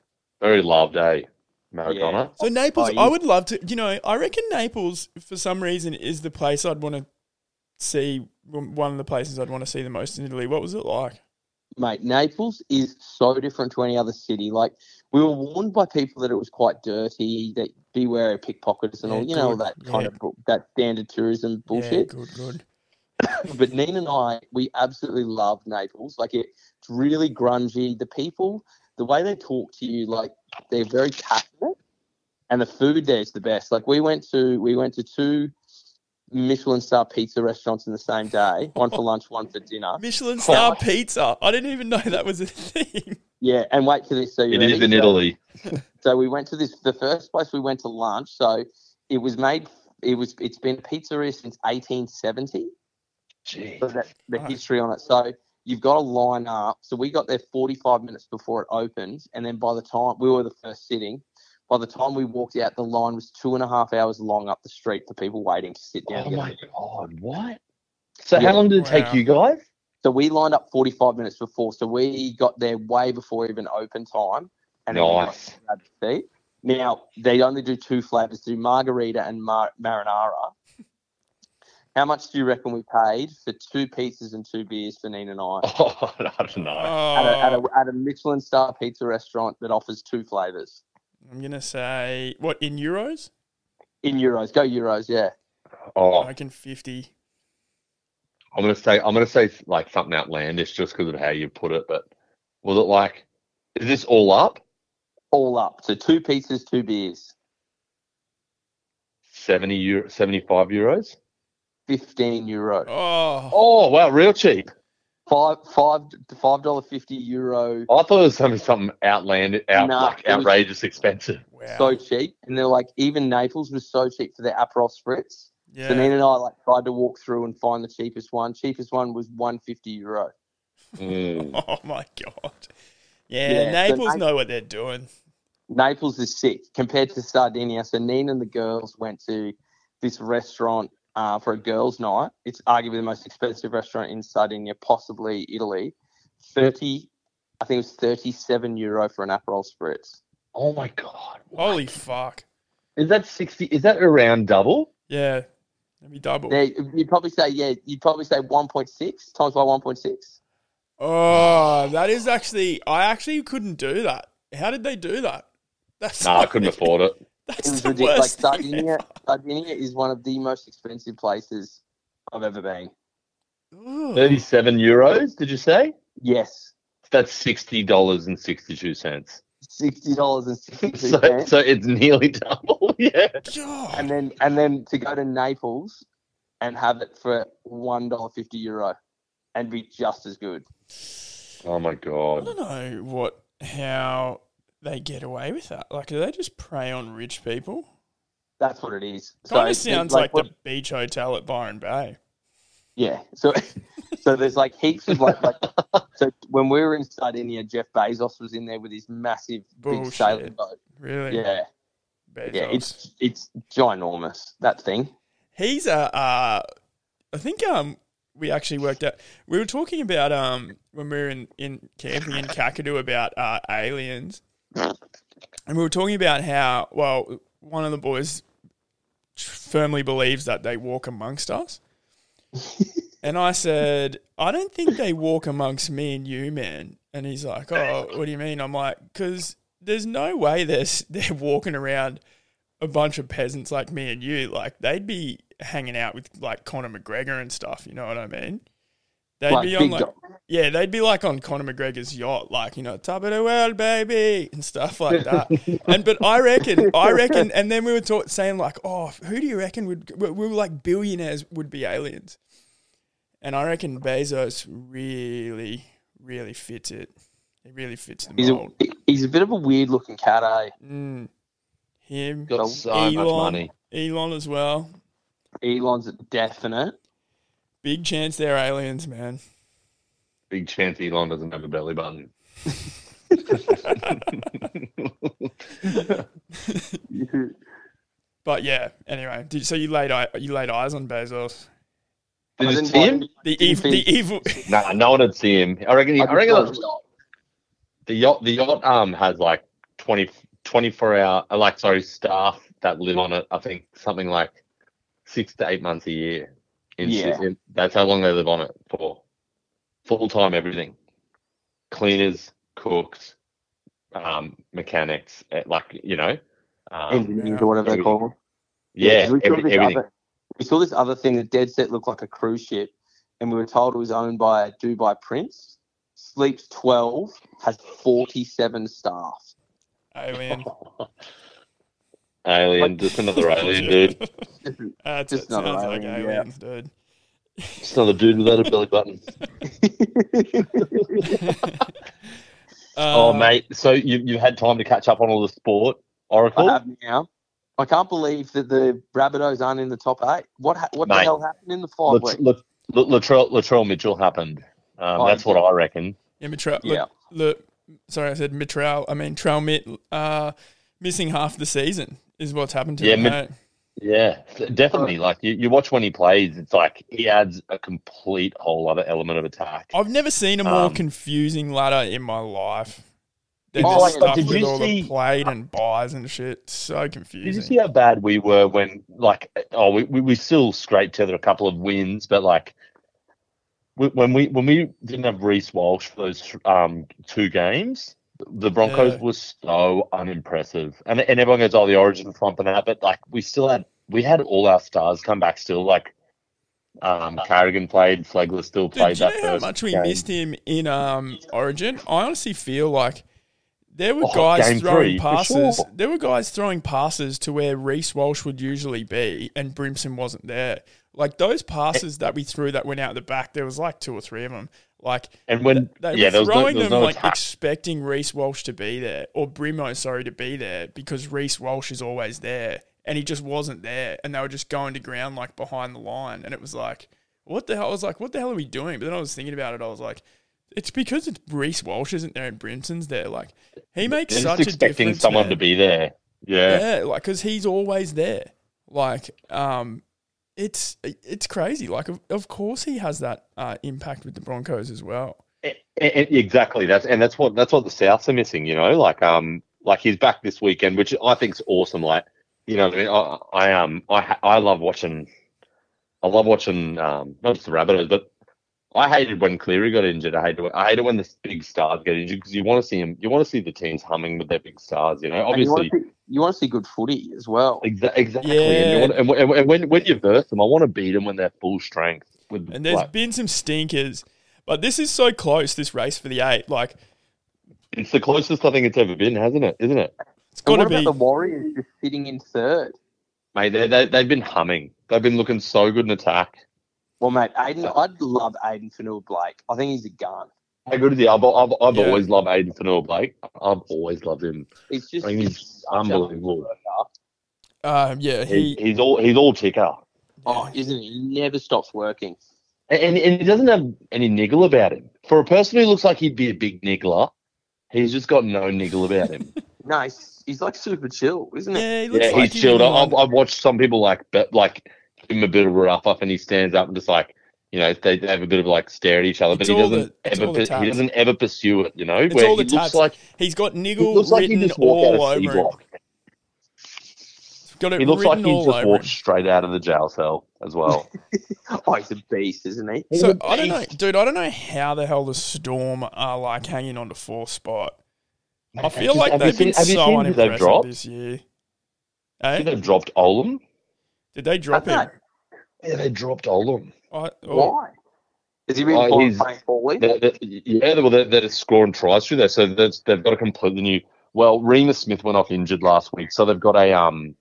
Speaker 6: Very loved, eh? Maradona.
Speaker 2: So Naples,
Speaker 7: Oh, you-
Speaker 2: I would love to. You know, I reckon Naples for some reason is the place I'd want to see. One of the places I'd want to see the most in Italy. What was it like?
Speaker 7: Mate, Naples is so different to any other city. Like, we were warned by people that it was quite dirty, that beware of pickpockets and
Speaker 2: Yeah,
Speaker 7: all, you know, all
Speaker 2: good,
Speaker 7: that kind
Speaker 2: yeah.
Speaker 7: of bu- that standard tourism bullshit.
Speaker 2: Yeah, good, good.
Speaker 7: but Nina and I, we absolutely love Naples. Like it, it's really grungy. The people, the way they talk to you, like they're very passionate, and the food there is the best. Like we went to we went to two Michelin star pizza restaurants in the same day, one for lunch, one for dinner.
Speaker 2: Michelin star pizza. I didn't even know that was a thing.
Speaker 7: Yeah, and wait for this. So you
Speaker 6: It is
Speaker 7: ready?
Speaker 6: in
Speaker 7: So-
Speaker 6: Italy.
Speaker 7: So we went to this the first place we went to lunch. So it was made. It was. It's been a pizzeria since 1870.
Speaker 6: Gee.
Speaker 7: So that, the
Speaker 2: Right.
Speaker 7: history on it. So you've got to line up. So we got there 45 minutes before it opens, and then by the time we were the first sitting, by the time we walked out, the line was two and a half hours long up the street for people waiting to sit down. to
Speaker 6: Oh
Speaker 7: get a
Speaker 6: my
Speaker 7: meal.
Speaker 6: god, what? So
Speaker 7: Yeah.
Speaker 6: how long did it
Speaker 2: Wow.
Speaker 6: take you guys?
Speaker 7: So we lined up 45 minutes before. So we got there way before even open time, and then we went
Speaker 6: Nice.
Speaker 7: and grabbed a seat. Now they only do two flavors: do margarita and mar- marinara. How much do you reckon we paid for two pizzas and two beers for Nina and I?
Speaker 6: Oh, I don't know.
Speaker 7: at a, at,
Speaker 2: Oh,
Speaker 7: a, at a Michelin star pizza restaurant that offers two flavors
Speaker 2: I'm gonna say what in euros?
Speaker 7: in euros. Go euros, yeah.
Speaker 6: oh,
Speaker 2: I reckon fifty.
Speaker 6: I'm gonna say I'm gonna say like something outlandish just because of how you put it. But was it like? Is this all up?
Speaker 7: All up. So two pizzas, two beers,
Speaker 6: 70 euro, 75 euros.
Speaker 7: 15 euros.
Speaker 2: Oh,
Speaker 6: Oh, wow, real cheap.
Speaker 7: Five, five, five dollar fifty euro.
Speaker 6: I thought it was something, something outlandish, out,
Speaker 7: Nah,
Speaker 6: like
Speaker 7: it was-
Speaker 6: outrageous expensive.
Speaker 2: wow.
Speaker 7: So cheap. And they're like, even Naples was so cheap for their Aperol spritz.
Speaker 2: yeah.
Speaker 7: So Nina and I like tried to walk through and find the cheapest one. Cheapest one was 150 euro.
Speaker 6: Mm.
Speaker 2: Oh my god. Yeah,
Speaker 7: Yeah, so
Speaker 2: Naples
Speaker 7: Nap-
Speaker 2: know what they're doing.
Speaker 7: Naples is sick compared to Sardinia. So Nina and the girls went to this restaurant uh, for a girls' night. It's arguably the most expensive restaurant in Sardinia, possibly Italy. Thirty, I think it was thirty-seven euro for an aperol spritz.
Speaker 6: Oh my god,
Speaker 2: Holy fuck.
Speaker 6: is that sixty? Is that around double?
Speaker 2: Yeah. Let me double.
Speaker 7: Now, you'd probably say, yeah, you'd probably say one point six times by one point six.
Speaker 2: Oh, that is actually I actually couldn't do that. How did they do that? That's
Speaker 6: Nah, I couldn't afford it.
Speaker 7: It
Speaker 2: That's
Speaker 7: was
Speaker 2: the
Speaker 7: ridiculous. Like
Speaker 2: worst thing
Speaker 7: Sardinia,
Speaker 2: ever.
Speaker 7: Sardinia is one of the most expensive places I've ever been.
Speaker 2: Ooh.
Speaker 6: Thirty-seven euros, did you say?
Speaker 7: Yes,
Speaker 6: That's sixty dollars and sixty-two cents.
Speaker 7: sixty dollars and sixty-two
Speaker 6: So,
Speaker 7: cents.
Speaker 6: so it's nearly double. Yeah.
Speaker 2: Oh, God.
Speaker 7: and then and then to go to Naples and have it for one dollar fifty euro and be just as good.
Speaker 6: Oh my
Speaker 2: I
Speaker 6: god.
Speaker 2: don't know what how they get away with that. Like do they just prey on rich people?
Speaker 7: That's what it is.
Speaker 2: Kind of
Speaker 7: it's
Speaker 2: sounds like,
Speaker 7: what-
Speaker 2: the beach hotel at Byron Bay.
Speaker 7: yeah. So so there's like heaps of like like so when we were in Sardinia, Jeff Bezos was in there with his massive big
Speaker 2: Bullshit.
Speaker 7: sailing boat.
Speaker 2: Really?
Speaker 7: Yeah,
Speaker 2: Bezos.
Speaker 7: yeah. It's it's ginormous that thing.
Speaker 2: He's a, uh, I think um, we actually worked out. We were talking about um when we were in in camping in Kakadu about uh, aliens, and we were talking about how well one of the boys firmly believes that they walk amongst us, and I said I don't think they walk amongst me and you, man. And he's like, Oh, what do you mean? I'm like, because there's no way they're s- they're walking around a bunch of peasants like me and you, like they'd be hanging out with like Conor McGregor and stuff. You know what I mean? They'd
Speaker 7: Like
Speaker 2: be on
Speaker 7: big
Speaker 2: like,
Speaker 7: dog.
Speaker 2: yeah, they'd be like on Conor McGregor's yacht, like you know, top of the world, baby, and stuff like that. and but I reckon, I reckon, and then we were taught saying like, oh, who do you reckon would we we were like billionaires would be aliens? And I reckon Bezos really, really fits it. It really fits the
Speaker 7: He's a,
Speaker 2: mold.
Speaker 7: he's a bit of a weird looking cat, eh?
Speaker 2: Mm. Him,
Speaker 6: Got so much
Speaker 2: Elon.
Speaker 6: money.
Speaker 2: Elon as well.
Speaker 7: Elon's a definite.
Speaker 2: Big chance they're aliens, man.
Speaker 6: Big chance Elon doesn't have a belly button.
Speaker 2: But yeah, anyway. Did, so you laid eye, you laid eyes on Bezos,
Speaker 7: I
Speaker 6: Did you
Speaker 7: didn't
Speaker 6: see
Speaker 7: like-
Speaker 6: him?
Speaker 2: the
Speaker 7: Didn't
Speaker 2: ev- the
Speaker 7: think-
Speaker 2: evil.
Speaker 6: Nah, no one would see him. I reckon. He,
Speaker 7: I
Speaker 6: I, reckon
Speaker 7: just
Speaker 6: the, the yacht. The yacht um has like 20, 24 hour. uh, Like sorry, staff that live on it. I think something like six to eight months a year. In,
Speaker 7: Yeah.
Speaker 6: in- that's how long they live on it for. Full time everything. Cleaners, cooks, um, mechanics. eh, Like you know. Um,
Speaker 7: engineers
Speaker 2: yeah.
Speaker 7: or whatever they're
Speaker 6: Everything.
Speaker 7: called.
Speaker 6: yeah,
Speaker 7: 'cause we saw
Speaker 6: every-
Speaker 7: this
Speaker 6: everything.
Speaker 7: Other, we saw this other thing that dead set looked like a cruise ship, and we were told it was owned by a Dubai prince. Sleeps twelve, has forty-seven staff.
Speaker 2: alien.
Speaker 6: Alien, just another alien dude.
Speaker 2: That's,
Speaker 7: Just
Speaker 2: just
Speaker 7: not
Speaker 2: sounds like
Speaker 7: alien, yeah.
Speaker 2: aliens, dude.
Speaker 6: Just another dude without a belly button. Oh
Speaker 2: Um,
Speaker 6: mate, so you you had time to catch up on all the sport, Oracle.
Speaker 7: I have now. I can't believe that the Rabbitohs aren't in the top eight. What ha- what the
Speaker 6: Mate.
Speaker 7: hell happened in the five
Speaker 6: Lat-
Speaker 7: weeks?
Speaker 6: Lat- Lat- Latrell Latrell Mitchell happened. Um,
Speaker 7: Oh,
Speaker 6: that's what I reckon.
Speaker 2: Yeah, Mitra-
Speaker 7: Yeah.
Speaker 2: look, look, sorry, I said Mitral. I mean Trell Mit. Uh, missing half the season is what's happened to
Speaker 6: Yeah,
Speaker 2: him.
Speaker 6: Mit-
Speaker 2: mate.
Speaker 6: Yeah, definitely. Like you, you watch when he plays, it's like he adds a complete whole other element of attack.
Speaker 2: I've never seen a more
Speaker 6: Um,
Speaker 2: confusing ladder in my life. Than
Speaker 7: Oh,
Speaker 2: this
Speaker 7: yeah,
Speaker 2: stuff
Speaker 6: did
Speaker 2: with
Speaker 6: you
Speaker 2: all
Speaker 6: see-
Speaker 2: the played and buys and shit. So confusing.
Speaker 6: Did you see how bad we were when, like, oh, we, we, we still scraped together a couple of wins, but like, we- when we when we didn't have Reese Walsh for those um two games, the Broncos
Speaker 2: Yeah.
Speaker 6: were so unimpressive, and and everyone goes, oh, the Origin flump and that, but like, we still had we had all our stars come back still, like, um, Carrigan played, Flagler still
Speaker 2: Dude,
Speaker 6: played
Speaker 2: do you
Speaker 6: that
Speaker 2: know how
Speaker 6: first
Speaker 2: much we
Speaker 6: game.
Speaker 2: missed him in um, Origin? I honestly feel like there were
Speaker 6: Oh,
Speaker 2: guys
Speaker 6: game
Speaker 2: throwing
Speaker 6: three, for
Speaker 2: passes.
Speaker 6: sure.
Speaker 2: There were guys throwing passes to where Reese Walsh would usually be, and Brimson wasn't there. Like
Speaker 6: Eh
Speaker 2: those passes that we threw that went out the back, there was like two or three of them. Like
Speaker 6: and when
Speaker 2: they
Speaker 6: yeah, there
Speaker 2: were
Speaker 6: was no,
Speaker 2: throwing
Speaker 6: there was
Speaker 2: them
Speaker 6: no
Speaker 2: like
Speaker 6: attack.
Speaker 2: expecting Reese Walsh to be there or Brimo, sorry, to be there because Reese Walsh is always there and he just wasn't there and they were just going to ground like behind the line and it was like what the hell? I was like, what the hell are we doing? But then I was thinking about it. I was like, it's because it's Reese Walsh isn't there and Brimson's there. Like he makes
Speaker 6: They're
Speaker 2: such
Speaker 6: just
Speaker 2: a
Speaker 6: expecting
Speaker 2: difference,
Speaker 6: someone
Speaker 2: man.
Speaker 6: to be there. Yeah.
Speaker 2: Yeah, like because he's always there. Like, um, it's it's crazy. Like, of, of course he has that uh, impact with the Broncos as well.
Speaker 6: E- e- exactly. That's and that's what that's what the Souths are missing. You know, like um, like he's back this weekend, which I think's awesome. Like, you know, what I, mean? I, I um, I ha- I love watching, I love watching um, not just the Rabbitohs, but I hated when Cleary got injured. I hated I hated when the big stars get injured because you want to see him, you want to see the teams humming with their big stars. You know,
Speaker 7: And you
Speaker 6: obviously.
Speaker 7: want, to see, you want to see good footy as well.
Speaker 6: Exa- exactly,
Speaker 2: Yeah.
Speaker 6: and, you want, and, and when when you verse them, I want to beat them when they're full strength. With
Speaker 2: And there's
Speaker 6: like,
Speaker 2: been some stinkers, but this is so close. This race for the eight, like
Speaker 6: it's the closest I think it's ever been, hasn't it? Isn't it?
Speaker 2: it's
Speaker 7: And
Speaker 2: got to
Speaker 7: what
Speaker 2: be.
Speaker 7: about the Warriors just sitting in third?
Speaker 6: Mate, they, they, they've been humming. They've been looking so good in attack.
Speaker 7: Well, mate, Aiden, I'd love Aiden Fanua Blake. I think he's a gun.
Speaker 6: How good is he? I've, I've, I've
Speaker 2: Yeah.
Speaker 6: always loved Aiden Fanua Blake. I've always loved him.
Speaker 7: He's just
Speaker 6: I mean, he's unbelievable.
Speaker 2: um, yeah,
Speaker 6: He,
Speaker 2: he.
Speaker 6: he's all he's all ticker,
Speaker 7: Oh, isn't he? He never stops working.
Speaker 6: and, and he doesn't have any niggle about him. For a person who looks like he'd be a big niggler, he's just got no niggle about him.
Speaker 7: No, he's, he's like super chill, isn't he?
Speaker 2: Yeah, he looks
Speaker 6: yeah,
Speaker 2: like
Speaker 6: he's chilled.
Speaker 2: in line.
Speaker 6: I've, I've watched some people like but like give him a bit of a rough up, and he stands up and just like you know, they they have a bit of like stare at each other,
Speaker 2: It's
Speaker 6: but he
Speaker 2: all the-
Speaker 6: doesn't
Speaker 2: it's
Speaker 6: ever
Speaker 2: all the
Speaker 6: pu-
Speaker 2: tabs.
Speaker 6: he doesn't ever pursue it. You know,
Speaker 2: It's
Speaker 6: where
Speaker 2: all
Speaker 6: he
Speaker 2: the
Speaker 6: looks
Speaker 2: tabs.
Speaker 6: like
Speaker 2: He's got
Speaker 6: he
Speaker 2: niggle
Speaker 6: looks like he
Speaker 2: written
Speaker 6: just walked
Speaker 2: all
Speaker 6: out of C
Speaker 2: over him.
Speaker 6: block.
Speaker 2: He's got it
Speaker 6: He looks like
Speaker 2: written
Speaker 6: he
Speaker 2: all
Speaker 6: just
Speaker 2: over him.
Speaker 6: walked straight out of the jail cell as well.
Speaker 7: Oh, he's a beast, isn't he? He's
Speaker 2: So
Speaker 7: a
Speaker 2: I don't know,
Speaker 7: beast.
Speaker 2: dude. I don't know how the hell the Storm are like hanging on to fourth spot. I
Speaker 6: Mate,
Speaker 2: feel
Speaker 6: just-
Speaker 2: like
Speaker 6: have you
Speaker 2: they've been
Speaker 6: seen- have you
Speaker 2: so
Speaker 6: seen who they've
Speaker 2: unimpressive
Speaker 6: dropped?
Speaker 2: this year.
Speaker 6: I think
Speaker 2: Hey,
Speaker 6: they've dropped Olam.
Speaker 2: did they drop
Speaker 7: Have
Speaker 2: him?
Speaker 6: Yeah, they dropped Olam.
Speaker 2: I, oh,
Speaker 7: Why? Has he been
Speaker 6: Oh,
Speaker 7: playing
Speaker 6: he's-
Speaker 7: poorly?
Speaker 6: They're, they're, yeah, well, they're, they're scoring tries through there, so that's, they've got a completely new. Well, Remus Smith went off injured last week, so they've got a um.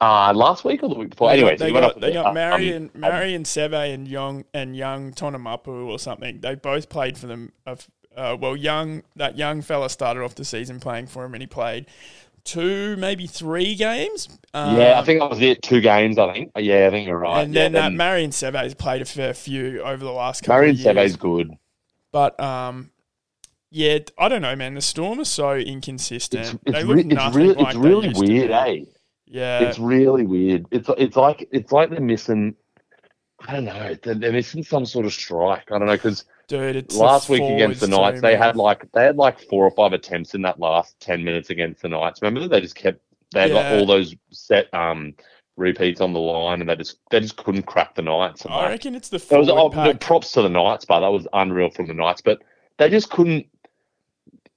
Speaker 6: Uh, last week or the week before?
Speaker 2: they
Speaker 6: Anyway,
Speaker 2: got,
Speaker 6: so
Speaker 2: they
Speaker 6: he went
Speaker 2: got,
Speaker 6: off
Speaker 2: they
Speaker 6: with a-
Speaker 2: got
Speaker 6: um,
Speaker 2: Marion, Marion Seve and Young and Young Tonamapu or something. They both played for them. of- Uh, well, Young that young fella started off the season playing for him, and he played two, maybe three games. Um,
Speaker 6: yeah, I think that was it. Two games, I think. Yeah, I think you're right.
Speaker 2: and
Speaker 6: yeah,
Speaker 2: then, that Marion Seve's played a fair few over the last couple
Speaker 6: Marion
Speaker 2: of years.
Speaker 6: Seve's good.
Speaker 2: But um, yeah, t- I don't know, man. The Storm is so inconsistent.
Speaker 6: It's,
Speaker 2: they
Speaker 6: it's,
Speaker 2: look
Speaker 6: re- it's,
Speaker 2: nothing
Speaker 6: re-
Speaker 2: like
Speaker 6: it's
Speaker 2: they
Speaker 6: really
Speaker 2: used to
Speaker 6: weird,
Speaker 2: be.
Speaker 6: eh?
Speaker 2: Yeah,
Speaker 6: It's really weird. It's it's like it's like they're missing. I don't know. They're, they're missing some sort of strike. I don't know because
Speaker 2: dude. It's the
Speaker 6: last week
Speaker 2: forwards
Speaker 6: against the Knights,
Speaker 2: too,
Speaker 6: they
Speaker 2: man.
Speaker 6: had like they had like four or five attempts in that last ten minutes against the Knights. Remember, they just kept they had
Speaker 2: Yeah.
Speaker 6: like all those set um repeats on the line, and they just they just couldn't crack the Knights.
Speaker 2: I
Speaker 6: Like,
Speaker 2: reckon it's the
Speaker 6: that was
Speaker 2: forward
Speaker 6: oh, no,
Speaker 2: pack.
Speaker 6: props to the Knights, but that was unreal from the Knights. But they just couldn't.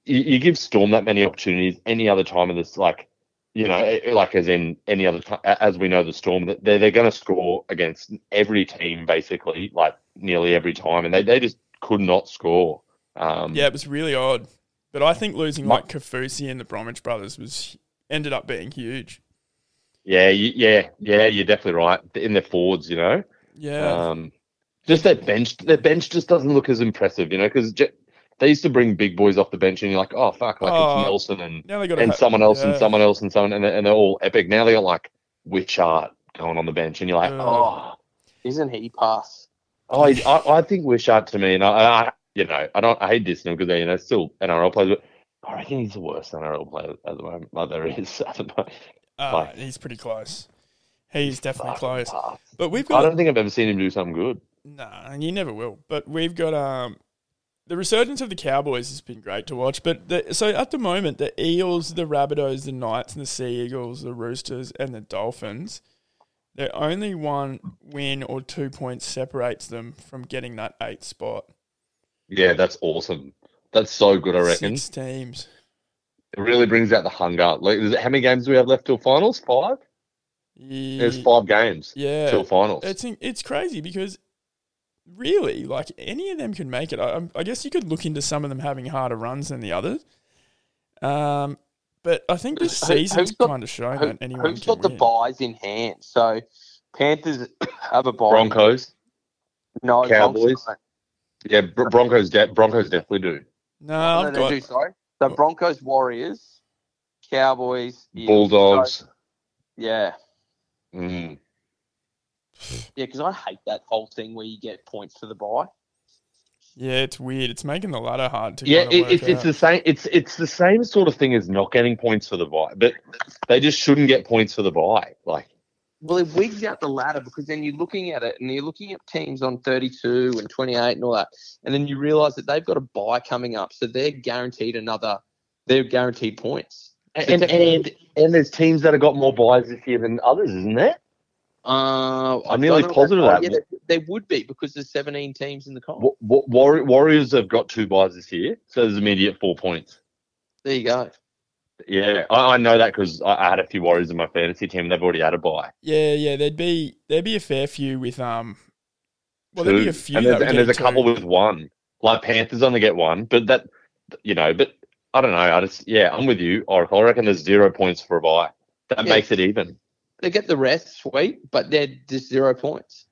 Speaker 6: You, you give Storm that many opportunities any other time of this, like you know, eh, like as in any other time, as we know the Storm, that they're they're going to score against every team basically, like nearly every time, and they they just could not score. Um,
Speaker 2: Yeah, it was really odd. But I think losing
Speaker 6: My-
Speaker 2: like Kafusi and the Bromwich brothers was ended up being huge.
Speaker 6: yeah, you, yeah, yeah. You're definitely right in their forwards, you know.
Speaker 2: Yeah,
Speaker 6: Um, just their bench, their bench just doesn't look as impressive, you know, because they used to bring big boys off the bench, and you're like, oh fuck, like
Speaker 2: Oh,
Speaker 6: it's Nelson and
Speaker 2: now they got
Speaker 6: and someone else and
Speaker 2: yeah.
Speaker 6: someone else and someone, and they're, and they're all epic. Now they got like Wishart going on the bench, and you're like,
Speaker 2: Ugh.
Speaker 6: oh,
Speaker 7: Isn't he pass?
Speaker 6: oh, I, I, I think Wishart to me, and I, I, you know, I don't, I hate this because they're you know still NRL players, but I reckon he's the worst NRL player at the moment. Like there is, I don't know.
Speaker 2: Uh,
Speaker 6: like-
Speaker 2: he's pretty close. He's definitely
Speaker 6: Fucking
Speaker 2: close.
Speaker 6: pass.
Speaker 2: But we've
Speaker 6: I
Speaker 2: got
Speaker 6: don't think I've ever seen him do something good.
Speaker 2: Nah, and you never will. But we've got um the resurgence of the Cowboys has been great to watch. But the, so at the moment, the Eels, the Rabbitohs, the Knights, and the Sea Eagles, the Roosters, and the Dolphins, their only one win or two points separates them from getting that eighth spot.
Speaker 6: Yeah, that's awesome. That's so good. I reckon.
Speaker 2: Six teams.
Speaker 6: It really brings out the hunger. Like, is it- how many games do we have left till finals? Five.
Speaker 2: Yeah,
Speaker 6: There's five games
Speaker 2: Yeah,
Speaker 6: till finals.
Speaker 2: It's in- it's crazy because really, like any of them can make it. I, I'm- I guess you could look into some of them having harder runs than the others. Um, but I think this
Speaker 7: Who-
Speaker 2: season's
Speaker 7: who's got-
Speaker 2: kind of shown
Speaker 7: Who,
Speaker 2: that anyone
Speaker 7: who's
Speaker 2: can
Speaker 7: got the
Speaker 2: win.
Speaker 7: buys in hand? So Panthers have a buy.
Speaker 6: Broncos.
Speaker 7: No,
Speaker 6: Cowboys.
Speaker 7: Broncos
Speaker 6: Yeah, Bro- Broncos. De- Broncos definitely do.
Speaker 2: No,
Speaker 7: don't.
Speaker 2: Uh, I've
Speaker 7: No, they
Speaker 2: got Oh.
Speaker 7: do. Sorry. So Broncos, Warriors, Cowboys, Eels. So,
Speaker 6: Bulldogs.
Speaker 7: yeah,
Speaker 6: Mm.
Speaker 7: yeah. Because I hate that whole thing where you get points for the buy.
Speaker 2: yeah. It's weird. It's making the ladder hard to
Speaker 6: Yeah,
Speaker 2: kinda
Speaker 6: it,
Speaker 2: work
Speaker 6: it's it's
Speaker 2: out.
Speaker 6: the same. It's it's the same sort of thing as not getting points for the buy, but they just shouldn't get points for the buy. Like,
Speaker 7: Well, it wigs out the ladder because then you're looking at it and you're looking at teams on 32 and 28 and all that. And then you realize that they've got a buy coming up. So they're guaranteed another, they're guaranteed points.
Speaker 6: and and and there's teams that have got more buys this year than others, isn't there?
Speaker 7: Uh, I
Speaker 6: I'm nearly
Speaker 7: don't know
Speaker 6: positive
Speaker 7: about-
Speaker 6: that-
Speaker 7: yeah, they, they would be because there's 17 teams in the comp.
Speaker 6: Wa- Wa- Warri- Warriors have got two buys this year, so there's immediate four points.
Speaker 7: There you go.
Speaker 6: Yeah, I, I know that because I, I had a few Warriors in my fantasy team. and They've already had a buy.
Speaker 2: yeah, yeah. There'd be there'd be a fair few with um. Well, there'd be
Speaker 6: Two.
Speaker 2: a few,
Speaker 6: and
Speaker 2: that
Speaker 6: there's,
Speaker 2: would
Speaker 6: and
Speaker 2: get
Speaker 6: there's a
Speaker 2: two.
Speaker 6: couple with one. Like Panthers only get one, but that you know, but I don't know. I just yeah, I'm with you, Oracle. I reckon there's zero points for a buy. That
Speaker 7: Yeah.
Speaker 6: makes it even.
Speaker 7: They get the rest, sweet, but they're just zero points.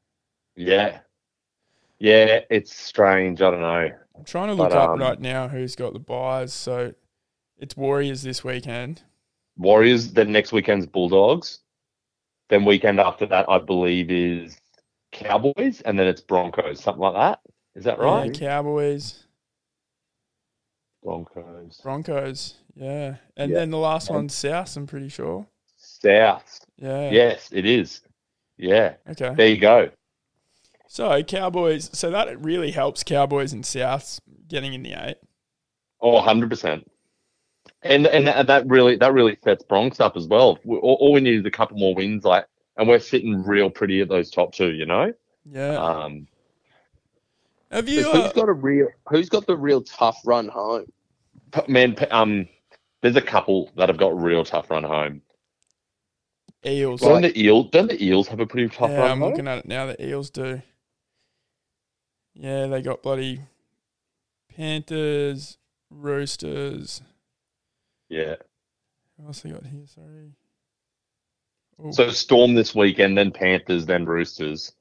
Speaker 6: Yeah, yeah, it's strange. I don't know.
Speaker 2: I'm trying to
Speaker 6: But,
Speaker 2: look up
Speaker 6: um,
Speaker 2: right now who's got the buys. So it's Warriors this weekend.
Speaker 6: Warriors. Then next weekend's Bulldogs. Then weekend after that, I believe is Cowboys, and then it's Broncos, something like that. Is that right?
Speaker 2: Yeah, Cowboys.
Speaker 6: Broncos.
Speaker 2: Broncos, yeah. And
Speaker 6: Yeah.
Speaker 2: then the last
Speaker 6: And-
Speaker 2: one's South, I'm pretty sure.
Speaker 6: South.
Speaker 2: Yeah.
Speaker 6: Yes, it is. Yeah,
Speaker 2: Okay.
Speaker 6: there you go.
Speaker 2: So Cowboys. So that really helps Cowboys and Souths getting in the eight.
Speaker 6: Oh, 100 percent. And and that, that really that really sets Bronx up as well. We, all, all we need is a couple more wins, like, and we're sitting real pretty at those top two. You know,
Speaker 2: Yeah.
Speaker 6: um,
Speaker 2: Have
Speaker 7: But
Speaker 2: you?
Speaker 7: Who's
Speaker 2: Uh,
Speaker 7: got a real? Who's got the real tough run home?
Speaker 6: p- man, p- um, there's a couple that have got real tough run home.
Speaker 2: Eels.
Speaker 6: Don't the eels? Don't the eels have a pretty tough
Speaker 2: yeah,
Speaker 6: run
Speaker 2: I'm
Speaker 6: home?
Speaker 2: looking at it now. The Eels do. Yeah, they got bloody Panthers, Roosters.
Speaker 6: Yeah.
Speaker 2: Who else they got here? Sorry. Oh,
Speaker 6: So Storm this weekend, then Panthers, then Roosters.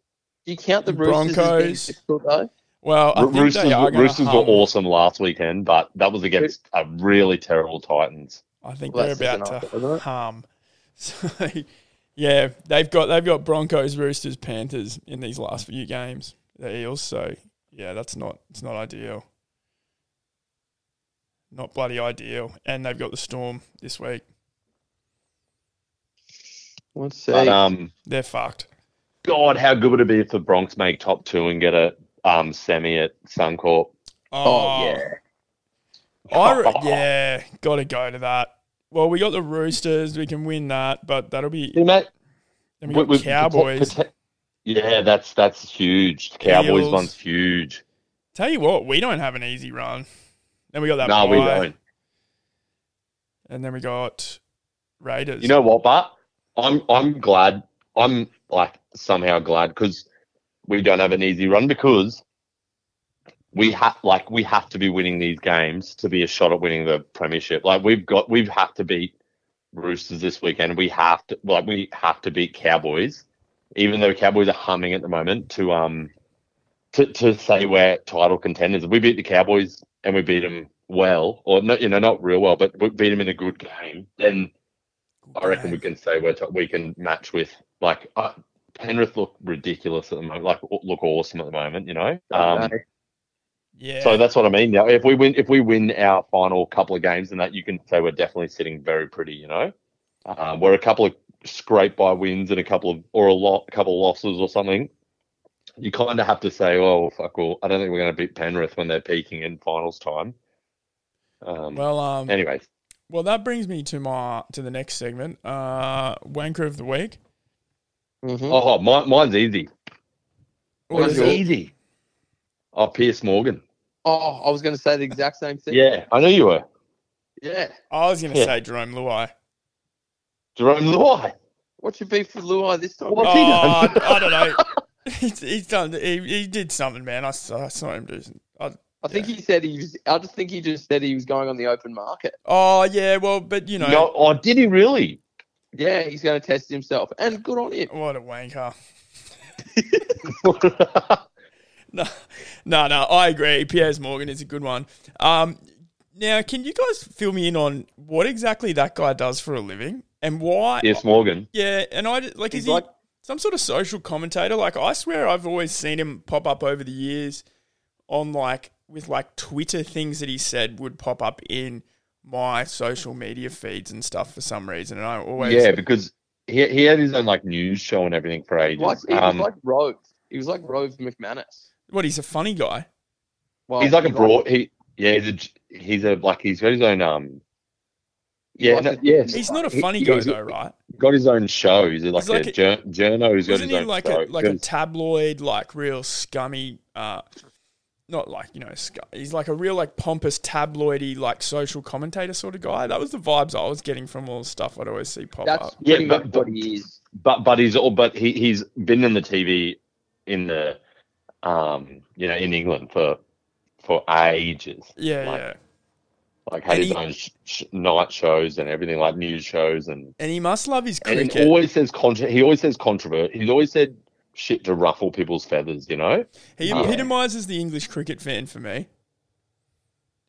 Speaker 7: Do you count the Roosters as being
Speaker 2: Broncos.
Speaker 7: difficult though?
Speaker 2: well, I
Speaker 6: Ro-
Speaker 2: think
Speaker 6: Roosters,
Speaker 2: they are gonna
Speaker 6: Roosters were
Speaker 2: hum.
Speaker 6: awesome last weekend, but that was against a really terrible Titans.
Speaker 2: I think
Speaker 7: Well,
Speaker 2: they're
Speaker 7: that's
Speaker 2: about
Speaker 7: season after,
Speaker 2: to
Speaker 7: wasn't it?
Speaker 2: harm. So, yeah, they've got they've got Broncos, Roosters, Panthers in these last few games. The Eels, so yeah, that's not it's not ideal. Not bloody ideal, and they've got the Storm this week.
Speaker 7: Let's see.
Speaker 6: But um,
Speaker 2: They're fucked.
Speaker 6: God, how good would it be if the Bronx make top two and get a um semi at Suncorp?
Speaker 7: oh yeah.
Speaker 2: Oh, I re- yeah, got to go to that. Well, we got the Roosters. We can win that, but that'll be.
Speaker 6: See, mate,
Speaker 2: Then we got
Speaker 6: with- with-
Speaker 2: Cowboys.
Speaker 6: pote- yeah, that's that's huge. The Cowboys
Speaker 2: Eels.
Speaker 6: one's huge.
Speaker 2: Tell you what, we don't have an easy run. Then we got that.
Speaker 6: No, we
Speaker 2: bye,
Speaker 6: don't.
Speaker 2: And then we got Raiders.
Speaker 6: You know what, but I'm I'm glad. I'm like somehow glad because we don't have an easy run because we have like we have to be winning these games to be a shot at winning the premiership. Like we've got we've had to beat Roosters this weekend. We have to like we have to beat Cowboys, even though Cowboys are humming at the moment to um to to say we're title contenders. If We beat the Cowboys and we beat them well, or not you know not real well, but we beat them in a good game. Then I reckon we can say we're top, we can match with like uh, Penrith look ridiculous at the moment, like o- look awesome at the moment, you know. Um,
Speaker 2: Yeah.
Speaker 6: so that's what I mean. Now, if we win, if we win our final couple of games, and that you can say we're definitely sitting very pretty, you know. Um, we're a couple of scrape by wins and a couple of or a lot, couple of losses or something. You kind of have to say, oh fuck, well, I don't think we're going to beat Penrith when they're peaking in finals time. Um,
Speaker 2: well, um,
Speaker 6: anyways,
Speaker 2: well, that brings me to my to the next segment, uh, wanker of the week.
Speaker 7: Mhm.
Speaker 6: oh, mine, mine's easy.
Speaker 2: What
Speaker 7: What
Speaker 2: is
Speaker 7: is it?
Speaker 2: it?
Speaker 6: easy. Oh, Pierce Morgan.
Speaker 7: Oh, I was going to say the exact same thing.
Speaker 6: Yeah, I know you were.
Speaker 7: Yeah.
Speaker 2: I was going to
Speaker 6: Yeah.
Speaker 2: say Jerome Luai.
Speaker 6: Jerome Luai.
Speaker 7: What's your beef with Luai this time?
Speaker 6: What?
Speaker 2: Oh,
Speaker 6: What's he
Speaker 2: I,
Speaker 6: done?
Speaker 2: I don't know. he's, he's done. He, he did something, man. I, saw- I saw him do. some- I,
Speaker 7: Oh, I think he said he was. I just think he just said he was going on the open market.
Speaker 2: oh yeah. Well, but you know,
Speaker 6: No, oh, did he really?
Speaker 7: Yeah, he's going to test himself, and good on him.
Speaker 2: what a wanker.
Speaker 6: yeah,
Speaker 2: No, no, no. I agree. Piers Morgan is a good one. Um, now, can you guys fill me in on what exactly that guy does for a living and why?
Speaker 6: Morgan.
Speaker 2: Yeah, and I like
Speaker 7: He's
Speaker 2: is he
Speaker 7: like-
Speaker 2: some sort of social commentator? Like I swear I've always seen him pop up over the years on like with like Twitter things that he said would pop up in my social media feeds and stuff for some reason, and I always
Speaker 6: Yeah, because he, he had his own like news show and everything for ages.
Speaker 7: Like he
Speaker 6: Um,
Speaker 7: was like Rove. He was like Rove McManus.
Speaker 2: what he's a funny guy.
Speaker 7: Well,
Speaker 6: he's like a
Speaker 7: he
Speaker 6: broad. He yeah, he's a j- he's a like he's got his own um. Yeah,
Speaker 7: likes
Speaker 6: no,
Speaker 7: to-
Speaker 6: yeah,
Speaker 2: He's not a
Speaker 6: He-
Speaker 2: funny
Speaker 6: he
Speaker 2: guy
Speaker 6: was-
Speaker 2: though, right?
Speaker 6: got his own show. He's like,
Speaker 2: He's like
Speaker 6: a,
Speaker 2: a-
Speaker 6: jour- journo. He's got
Speaker 2: Isn't
Speaker 6: his
Speaker 2: he
Speaker 6: own
Speaker 2: like
Speaker 6: show.
Speaker 2: a like a
Speaker 6: He's-
Speaker 2: tabloid, like real scummy, uh, not like you know, sc- he's like a real like pompous tabloidy, like social commentator sort of guy. That was the vibes I was getting from all the stuff I'd always see pop
Speaker 7: That's
Speaker 2: up.
Speaker 6: Yeah,
Speaker 7: pretty
Speaker 6: but-
Speaker 7: much what he is.
Speaker 6: but but he's all but he he's been in the TV in the um you know in England for for ages.
Speaker 2: Yeah,
Speaker 6: like-
Speaker 2: yeah.
Speaker 6: like had
Speaker 2: And
Speaker 6: his
Speaker 2: he-
Speaker 6: own sh- sh- night shows and everything, like news shows and.
Speaker 2: And he must love his
Speaker 6: And
Speaker 2: cricket.
Speaker 6: he always says contra- He always says controvert. He's always said shit to ruffle people's feathers. You know.
Speaker 2: he
Speaker 6: Yeah.
Speaker 2: epitomizes the English cricket fan for me.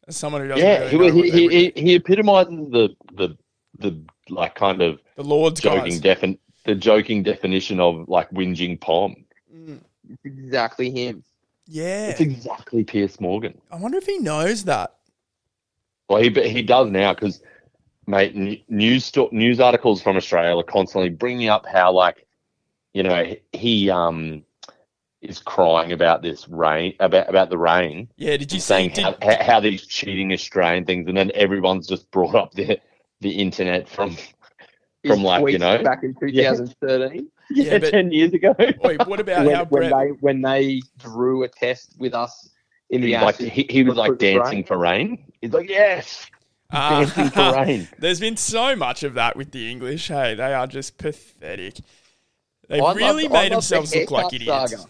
Speaker 2: As someone who doesn't
Speaker 6: yeah,
Speaker 2: really know
Speaker 6: he
Speaker 2: what
Speaker 6: he,
Speaker 2: they
Speaker 6: he,
Speaker 2: would-
Speaker 6: he he epitomizes the the the like kind of
Speaker 2: the Lord's
Speaker 6: joking
Speaker 2: guys.
Speaker 6: defin the joking definition of like whinging pom.
Speaker 2: Mm.
Speaker 7: It's exactly him.
Speaker 2: Yeah.
Speaker 6: It's exactly Pierce Morgan.
Speaker 2: I wonder if he knows that.
Speaker 6: Well, he but he does now because, mate, n- news sto- news articles from Australia are constantly bringing up how like, you know, he um, is crying about this rain about about the rain,
Speaker 2: Yeah, did you see?
Speaker 6: saying
Speaker 2: Did,
Speaker 6: how, how, how these cheating Australian things, and then everyone's just brought up the the internet from From
Speaker 7: His
Speaker 6: like, you
Speaker 7: tweets
Speaker 6: know?
Speaker 7: back in 2013,
Speaker 2: Yeah,
Speaker 6: yeah,
Speaker 2: but-
Speaker 6: ten years ago,
Speaker 2: Oi, what about how
Speaker 7: when, when
Speaker 2: Brett?
Speaker 7: they when they drew a test with us in the
Speaker 6: like
Speaker 7: Ashes.
Speaker 6: he, he was like
Speaker 7: Recruit for
Speaker 6: dancing
Speaker 7: rain.
Speaker 6: for rain. He's like, yes,
Speaker 2: Ah,
Speaker 6: dancing for rain.
Speaker 2: There's been so much of that with the English. Hey, they are just pathetic. They
Speaker 7: I love-
Speaker 2: really
Speaker 7: I love
Speaker 2: made
Speaker 7: the
Speaker 2: themselves look like
Speaker 7: haircut
Speaker 2: idiots.
Speaker 7: saga.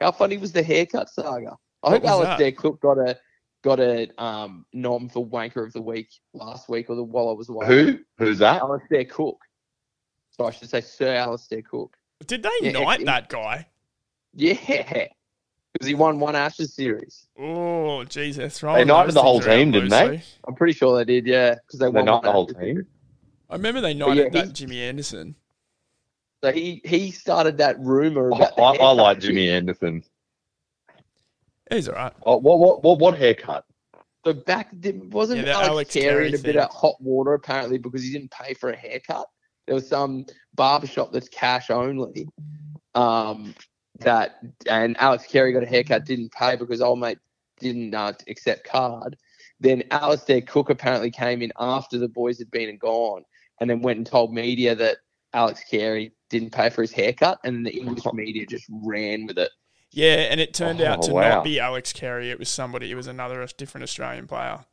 Speaker 7: How funny was the haircut saga? I
Speaker 2: What
Speaker 7: hope
Speaker 2: was
Speaker 7: Alistair Cook got a got a um, nom for wanker of the week last week or the while I was away.
Speaker 6: Who? Who's that?
Speaker 7: Alistair Cook. So I should say Sir Alistair Cook.
Speaker 2: Did they
Speaker 7: Yeah,
Speaker 2: knight
Speaker 7: it-
Speaker 2: that guy?
Speaker 7: Yeah, because he won one Ashes series.
Speaker 2: Oh, jeez, that's right.
Speaker 6: They knighted the whole team, didn't they?
Speaker 7: I'm pretty sure they did. Yeah, because they
Speaker 6: They're
Speaker 7: won
Speaker 6: not eh?
Speaker 7: one
Speaker 6: the whole
Speaker 7: Ashes
Speaker 6: team.
Speaker 2: I remember they
Speaker 7: yeah,
Speaker 2: knighted
Speaker 7: he-
Speaker 2: that Jimmy Anderson.
Speaker 7: So he he started that rumor.
Speaker 6: I,
Speaker 7: About the
Speaker 6: I, I
Speaker 7: haircut
Speaker 6: like
Speaker 7: shit.
Speaker 6: Jimmy Anderson.
Speaker 2: He's all right.
Speaker 6: Oh, what, what what what haircut?
Speaker 7: So back did- wasn't
Speaker 2: Yeah, the
Speaker 7: Alex,
Speaker 2: Alex
Speaker 7: Carey in
Speaker 2: Carey
Speaker 7: a bit
Speaker 2: thing.
Speaker 7: of hot water apparently because he didn't pay for a haircut. There was some barbershop that's cash only. Um, that and Alex Carey got a haircut, didn't pay because old mate didn't uh, accept card. Then Alistair Cook apparently came in after the boys had been and gone, and then went and told media that Alex Carey didn't pay for his haircut, and the English media just ran with it.
Speaker 2: Yeah, and it turned out
Speaker 6: Oh,
Speaker 2: to
Speaker 6: wow.
Speaker 2: not be Alex Carey. It was somebody. It was another different Australian player.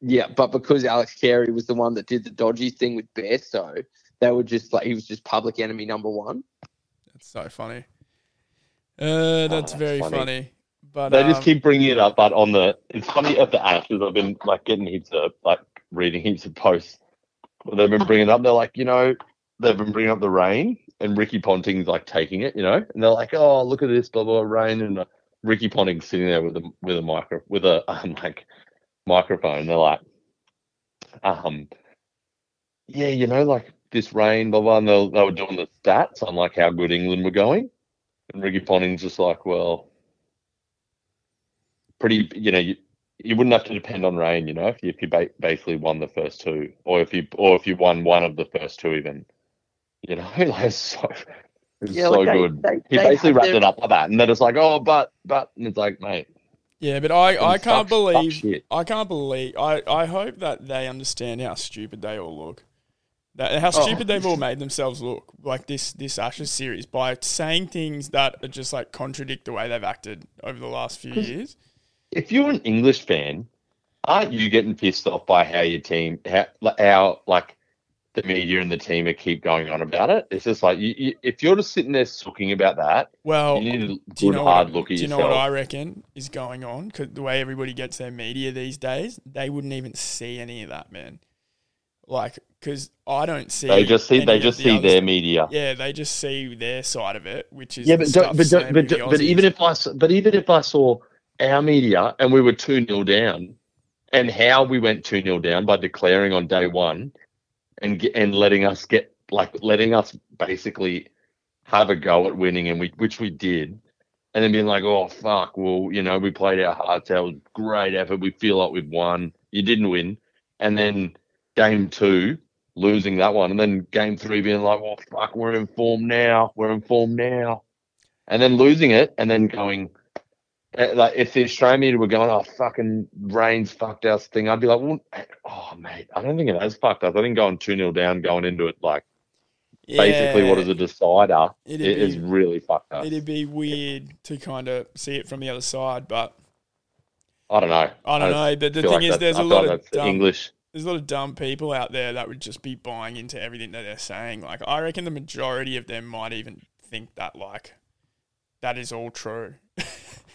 Speaker 7: Yeah, but because Alex Carey was the one that did the dodgy thing with Bairstow, they were just like he was just public enemy number one.
Speaker 2: That's so funny. Uh, that's
Speaker 6: Oh, that's
Speaker 2: very funny.
Speaker 6: funny.
Speaker 2: But
Speaker 6: They just
Speaker 2: um,
Speaker 6: keep bringing it up, but on the it's funny at the Ashes. I've been like getting heaps of like reading heaps of posts. Well, they've been bringing up. They're like, you know, they've been bringing up the rain, and Ricky Ponting's like taking it, you know, and they're like, oh, look at this, blah blah rain, and uh, Ricky Ponting's sitting there with a with a micro with a um, like microphone. They're like, um, yeah, you know, like this rain, blah blah. And they, they were doing the stats on like how good England were going, and Ricky Ponting's just like, well, pretty, you know, you, you wouldn't have to depend on rain, you know, if you, if you ba- basically won the first two, or if you or if you won one of the first two, even, you know, like it's so, it's so
Speaker 7: like, they-
Speaker 6: good.
Speaker 7: they-
Speaker 6: he
Speaker 7: they
Speaker 6: basically
Speaker 7: had
Speaker 6: wrapped
Speaker 7: their-
Speaker 6: it up like that, and then it's like, oh, but but, and it's like, mate,
Speaker 2: yeah, but I, I
Speaker 6: it's
Speaker 2: can't
Speaker 6: such- such
Speaker 2: believe
Speaker 6: shit.
Speaker 2: I can't believe. I, I hope that they understand how stupid they all look. That, how
Speaker 7: Oh.
Speaker 2: stupid they've all made themselves look, like this this Ashes series, by saying things that are just like contradict the way they've acted over the last few years.
Speaker 6: if you're an English fan, aren't you getting pissed off by how your team, how, how like the media and the team are keep going on about it? It's just like you, you, if you're just sitting there sooking about that,
Speaker 2: Well,
Speaker 6: you need a
Speaker 2: Oh, do you
Speaker 6: good
Speaker 2: know
Speaker 6: hard
Speaker 2: what,
Speaker 6: look
Speaker 2: do
Speaker 6: at
Speaker 2: you know
Speaker 6: yourself.
Speaker 2: what I reckon is going on? Because the way everybody gets their media these days, they wouldn't even see any of that, man. Like, because I don't see.
Speaker 6: they just see,
Speaker 2: any
Speaker 6: they
Speaker 2: of
Speaker 6: just
Speaker 2: the
Speaker 6: see
Speaker 2: other
Speaker 6: their
Speaker 2: stuff.
Speaker 6: media.
Speaker 2: Yeah, they just see their side of it, which is
Speaker 6: Yeah,
Speaker 2: the
Speaker 6: but don't,
Speaker 2: stuff
Speaker 6: but don't,
Speaker 2: slammed
Speaker 6: but,
Speaker 2: with the
Speaker 6: don't- but
Speaker 2: Aussies.
Speaker 6: even if I s- but even if I saw our media and we were two 0 down, and how we went two 0 down by declaring on day one, and ge- and letting us get like letting us basically have a go at winning, and we which we did, and then being like, oh fuck, well you know we played our hearts out, great effort, we feel like we've won, you didn't win, and then game two losing that one, and then game three being like, well fuck, we're in form now, we're in form now and then losing it, and then going eh, like if the Australian media were going, "Oh, fucking rain's fucked us thing," I'd be like, well, eh, "Oh, mate, I don't think it has fucked us." I think going two 0 down, going into it like basically what is a decider
Speaker 2: It'd
Speaker 6: it is
Speaker 2: be-
Speaker 6: really fucked us.
Speaker 2: It'd be weird to kind of see it from the other side, but
Speaker 6: I don't know.
Speaker 2: I don't know. But the
Speaker 6: feel
Speaker 2: thing
Speaker 6: like
Speaker 2: is, there's
Speaker 6: that's- I
Speaker 2: a
Speaker 6: feel
Speaker 2: lot
Speaker 6: like
Speaker 2: of
Speaker 6: that's the
Speaker 2: dumb,
Speaker 6: English.
Speaker 2: there's a lot of dumb people out there that would just be buying into everything that they're saying. Like, I reckon the majority of them might even think that like that is all true.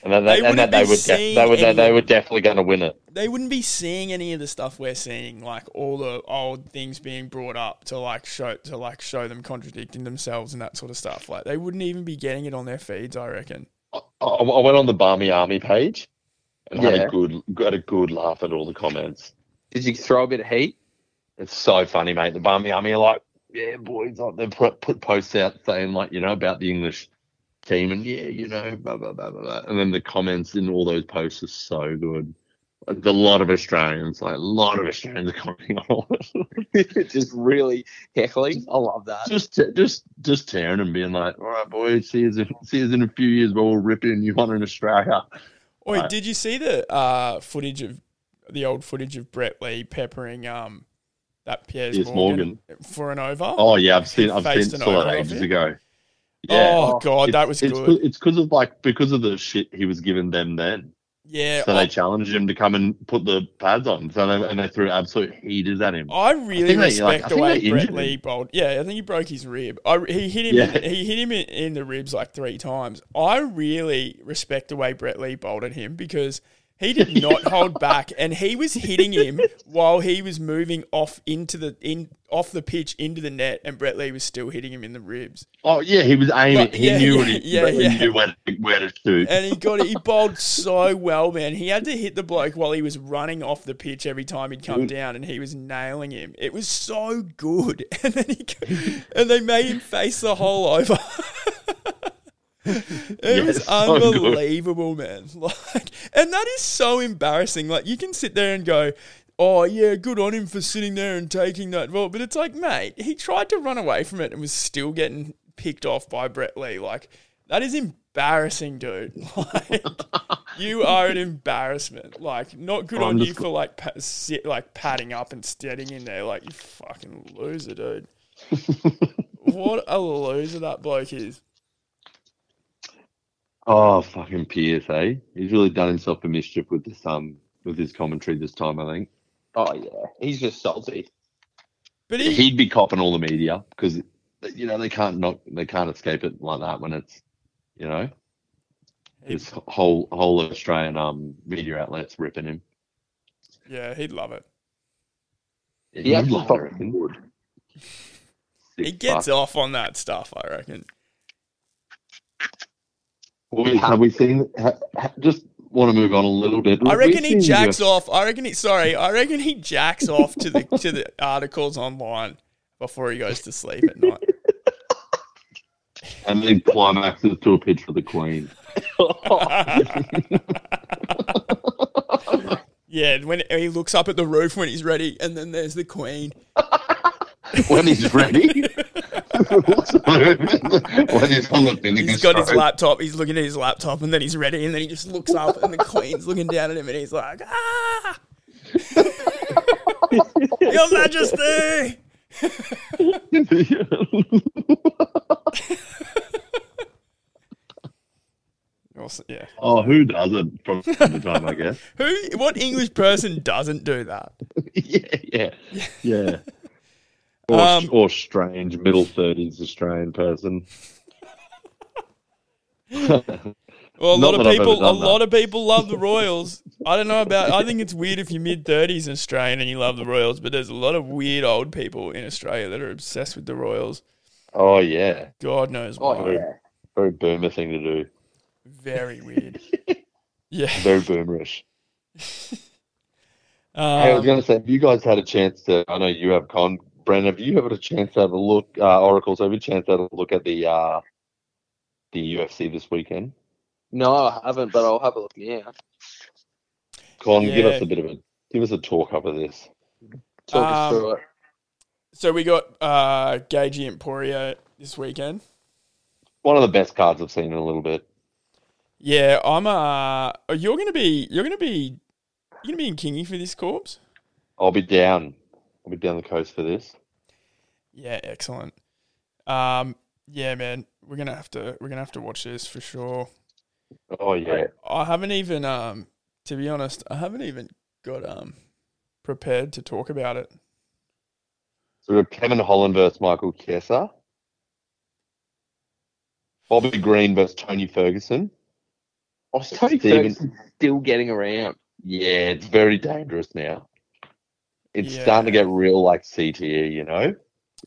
Speaker 6: And then
Speaker 2: They
Speaker 6: they, and
Speaker 2: wouldn't
Speaker 6: that
Speaker 2: be
Speaker 6: they would,
Speaker 2: seeing
Speaker 6: def- they would, they, they
Speaker 2: any-
Speaker 6: were definitely going to win it.
Speaker 2: they wouldn't be seeing any of the stuff we're seeing, like all the old things being brought up to like show to like show them contradicting themselves and that sort of stuff. Like they wouldn't even be getting it on their feeds, I reckon.
Speaker 6: I, I I went on the Barmy Army page and had
Speaker 7: Yeah.
Speaker 6: a good, got a good laugh at all the comments.
Speaker 7: Did you throw a bit of heat?
Speaker 6: It's so funny, mate. The Barmy Army are like, yeah, boys, like they put, put posts out saying like, you know, about the English team and yeah, you know, blah blah blah blah. blah. And then the comments in all those posts are so good. a lot of Australians, like a lot of Australians are commenting on it.
Speaker 7: just really heckling. I love that.
Speaker 6: just, t- just, just tearing and being like, "All right, boys, see you in, see you in a few years, but we'll rip in you one in Australia."
Speaker 2: Oi,
Speaker 6: Right.
Speaker 2: did you see the uh, footage of the old footage of Brett Lee peppering um that Piers
Speaker 6: Piers
Speaker 2: Morgan, for an over?
Speaker 6: Oh yeah, I've seen, I've
Speaker 2: Faced
Speaker 6: seen
Speaker 2: an
Speaker 6: saw
Speaker 2: oval
Speaker 6: that
Speaker 2: of
Speaker 6: ages
Speaker 2: it.
Speaker 6: ago. Yeah,
Speaker 2: Oh, god, that was
Speaker 6: it's,
Speaker 2: good.
Speaker 6: It's because of like because of the shit he was giving them then.
Speaker 2: yeah, oh.
Speaker 6: so
Speaker 2: I,
Speaker 6: they challenged him to come and put the pads on. So they, and they threw absolute heaters at him.
Speaker 2: I
Speaker 6: I
Speaker 2: really
Speaker 6: think they, like,
Speaker 2: respect the
Speaker 6: I think
Speaker 2: way
Speaker 6: they
Speaker 2: Brett
Speaker 6: injured
Speaker 2: Lee
Speaker 6: him.
Speaker 2: bowled. Yeah, I think he broke his rib. I, he hit him.
Speaker 6: Yeah.
Speaker 2: He hit him in, in the ribs like three times. I really respect the way Brett Lee bowled at him because he did not hold back, and he was hitting him while he was moving off into the in off the pitch into the net, and Brett Lee was still hitting him in the ribs.
Speaker 6: Oh yeah, he was aiming.
Speaker 2: But-
Speaker 6: he
Speaker 2: yeah,
Speaker 6: knew
Speaker 2: yeah,
Speaker 6: what he,
Speaker 2: yeah,
Speaker 6: he
Speaker 2: yeah.
Speaker 6: knew when, where to shoot.
Speaker 2: and he got it. He bowled so well, man. He had to hit the bloke while he was running off the pitch every time he'd come down, and he was nailing him. It was so good, and then he co- and they made him face the whole over. it was
Speaker 6: it's so good.
Speaker 2: unbelievable, man. Like, and that is so embarrassing. Like, you can sit there and go. Oh yeah, good on him for sitting there and taking that vote. But it's like, mate, he tried to run away from it and was still getting picked off by Brett Lee. Like, that is embarrassing, dude. Like, you are an embarrassment. Like, not good
Speaker 6: I'm
Speaker 2: on you
Speaker 6: just-
Speaker 2: for like pat, sit, like patting up and standing in there. Like, you fucking loser, dude. what a loser that bloke is.
Speaker 6: Oh fucking Pierce, eh? He's really done himself a mischief with this um with his commentary this time. I think
Speaker 7: Oh yeah, he's just salty.
Speaker 2: But he,
Speaker 6: he'd be copping all the media because you know they can't not they can't escape it like that when it's you know his whole whole Australian um media outlets ripping him.
Speaker 2: yeah, he'd love it.
Speaker 7: He
Speaker 6: Yeah,
Speaker 7: actually
Speaker 6: I
Speaker 7: probably
Speaker 6: reckon.
Speaker 7: would.
Speaker 2: He
Speaker 6: Sick
Speaker 2: gets
Speaker 6: fuck.
Speaker 2: off on that stuff, I reckon.
Speaker 6: Well, Have we seen? ha- ha- Just want to move on a little bit.
Speaker 2: I
Speaker 6: Have we
Speaker 2: reckon he
Speaker 6: seen
Speaker 2: jacks
Speaker 6: UFC
Speaker 2: off. I reckon he sorry. I reckon he jacks off to the to the articles online before he goes to sleep at night.
Speaker 6: and then climaxes to a pitch for the Queen.
Speaker 2: yeah, when he looks up at the roof when he's ready, and then there's the queen.
Speaker 6: when he's ready. when he's on the vinegar
Speaker 2: He's got his
Speaker 6: stroke.
Speaker 2: laptop. He's looking at his laptop, and then he's ready, and then he just looks up, and the queen's looking down at him, and he's like, "Ah, Your Majesty!" Also, yeah.
Speaker 6: oh, who doesn't from time to time, I guess.
Speaker 2: Who? What English person doesn't do that?
Speaker 6: yeah, yeah, yeah. Or,
Speaker 2: Um,
Speaker 6: or strange middle thirties Australian person.
Speaker 2: Well, a
Speaker 6: Not
Speaker 2: lot of
Speaker 6: that I've ever
Speaker 2: people, a
Speaker 6: done that.
Speaker 2: lot of people love the Royals. I don't know about. I think it's weird if you're mid thirties in Australia and you love the Royals, but there's a lot of weird old people in Australia that are obsessed with the Royals.
Speaker 6: Oh yeah,
Speaker 2: God knows why.
Speaker 7: Oh yeah,
Speaker 6: very boomer thing to do.
Speaker 2: Very weird. yeah.
Speaker 6: Very boomerish. Hey, I was
Speaker 2: Um,
Speaker 6: going to say, have you guys had a chance to? I know you have, Con. Brendan, have you had a chance to have a look? Uh, Oracles, have you had a chance to have a look at the uh, the UFC this weekend?
Speaker 7: no, I haven't, but I'll have a look now.
Speaker 6: Con, give
Speaker 2: Yeah.
Speaker 6: us a bit of a give us a talk up of this.
Speaker 7: Talk us
Speaker 2: Um,
Speaker 7: through it.
Speaker 2: so we got uh, Gagey Emporia this weekend.
Speaker 6: One of the best cards I've seen in a little bit.
Speaker 2: Yeah, I'm. Uh, you're gonna be. You're gonna be. You're gonna be in Kingy for this corpse.
Speaker 6: I'll be down. I'll be down the coast for this.
Speaker 2: Yeah, excellent. Um, yeah, man, we're gonna have to. We're gonna have to watch this for sure.
Speaker 6: Oh yeah,
Speaker 2: I haven't even, um, to be honest, I haven't even got um prepared to talk about it.
Speaker 6: so we have Kevin Holland versus Michael Chiesa. Bobby Green versus Tony Ferguson.
Speaker 7: Oh, Tony
Speaker 6: Steven-
Speaker 7: Ferguson's still getting around.
Speaker 6: Yeah, it's very dangerous now. It's
Speaker 2: Yeah.
Speaker 6: starting to get real like CTE, you know?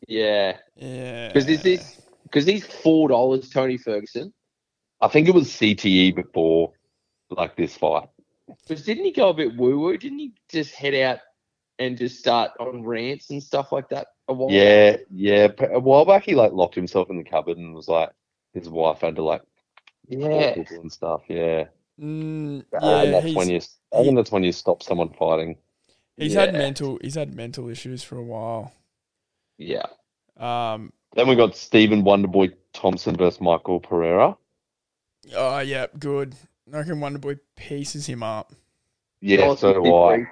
Speaker 7: Yeah,
Speaker 2: Yeah,
Speaker 7: because is this because he's four dollars, Tony Ferguson.
Speaker 6: I think it was CTE before like this fight.
Speaker 7: Because didn't he go a bit woo woo? Didn't he just head out and just start on rants and stuff like that? A while
Speaker 6: Yeah, yeah. p- A while back he like locked himself in the cupboard and was like his wife had to like call
Speaker 7: yeah.
Speaker 6: people and stuff. Yeah.
Speaker 2: Mm,
Speaker 7: Ah,
Speaker 6: and
Speaker 2: yeah,
Speaker 6: that's when
Speaker 2: he's,
Speaker 6: you. I think that's when you stop someone fighting.
Speaker 2: he's
Speaker 6: yeah.
Speaker 2: had mental he's had mental issues for a while.
Speaker 6: Yeah.
Speaker 2: Um,
Speaker 6: Then we got Stephen Wonderboy Thompson versus Michael Pereira.
Speaker 2: oh yeah, good. I reckon Wonderboy pieces him up.
Speaker 7: Oh,
Speaker 6: Yeah, so do I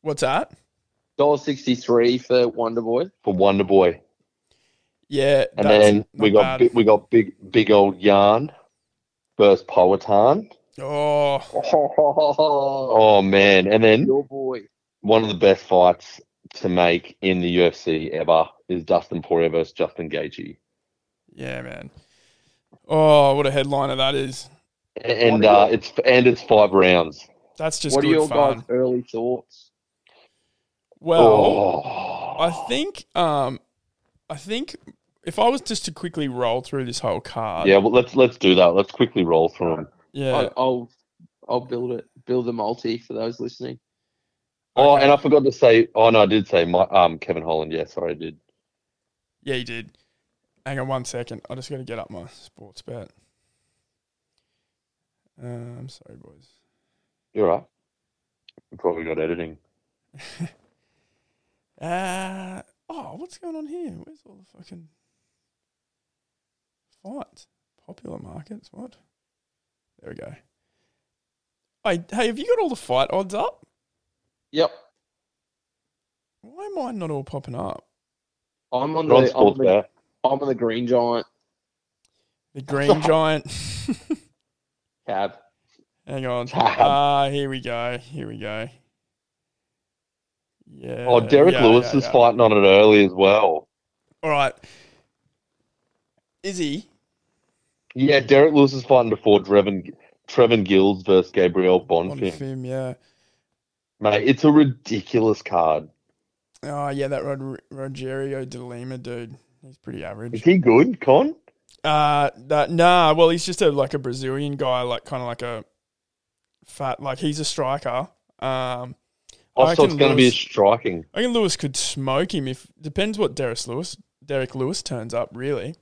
Speaker 2: What's that?
Speaker 7: Dollar sixty three for Wonder Boy.
Speaker 6: for Wonderboy.
Speaker 2: Yeah,
Speaker 6: And
Speaker 2: that's
Speaker 6: then we
Speaker 2: not
Speaker 6: got
Speaker 2: bad.
Speaker 6: big, we got big big old Yarn versus Powhatan.
Speaker 2: oh
Speaker 7: Oh,
Speaker 6: Oh man! And then
Speaker 7: your boy.
Speaker 6: one of the best fights to make in the UFC ever is Dustin Poirier versus Justin Gaethje.
Speaker 2: yeah, man. Oh, what a headliner that is.
Speaker 6: And
Speaker 7: What are
Speaker 6: uh, it's and it's five rounds.
Speaker 2: That's just
Speaker 7: what are
Speaker 2: good
Speaker 7: your
Speaker 2: fun.
Speaker 7: guys' early thoughts?
Speaker 2: Well,
Speaker 6: Oh,
Speaker 2: I think um, I think if I was just to quickly roll through this whole card,
Speaker 6: Oh. yeah. Well, let's let's do that. Let's quickly roll through them.
Speaker 2: yeah,
Speaker 7: I, I'll I'll build it. Build a multi for those listening.
Speaker 6: Oh,
Speaker 2: Okay.
Speaker 6: and I forgot to say. Oh no, I did say my um Kevin Holland. Yeah, sorry, I did.
Speaker 2: yeah, you did. Hang on one second. I just got to get up my sports bet. Uh, I'm sorry, boys.
Speaker 6: You're right. We probably got editing.
Speaker 2: Uh, oh, what's going on here? Where's all the fucking fights? Popular markets? What? There we go. Hey, hey, have you got all the fight odds up?
Speaker 7: Yep.
Speaker 2: Why am I not all popping up?
Speaker 7: I'm on
Speaker 6: We're on
Speaker 7: the I'm on
Speaker 6: sports
Speaker 7: the,
Speaker 6: bet.
Speaker 7: I'm on the green giant
Speaker 2: The green giant.
Speaker 7: cab.
Speaker 2: Hang on.
Speaker 6: Tab.
Speaker 2: Ah, here we go. Here we go. Yeah.
Speaker 6: Oh, Derek
Speaker 2: yeah,
Speaker 6: Lewis
Speaker 2: yeah,
Speaker 6: is
Speaker 2: yeah.
Speaker 6: fighting on it early as well.
Speaker 2: All right. Izzy.
Speaker 6: Yeah, Derek Lewis is fighting before Trevin Trevin Gills versus Gabriel
Speaker 2: On
Speaker 6: Bonfim.
Speaker 2: film, yeah.
Speaker 6: Mate, it's a ridiculous card.
Speaker 2: Oh, yeah, that Rod- Rogerio De Lima dude. He's pretty average.
Speaker 6: Is he good, Con?
Speaker 2: Uh, that, nah. Well, he's just a like a Brazilian guy, like kind of like a fat. Like he's a striker. Um,
Speaker 6: Oh,
Speaker 2: I
Speaker 6: so it's
Speaker 2: reckon
Speaker 6: going to be
Speaker 2: Lewis-
Speaker 6: striking.
Speaker 2: I think Lewis could smoke him if depends what Derek Lewis Derek Lewis turns up. Really,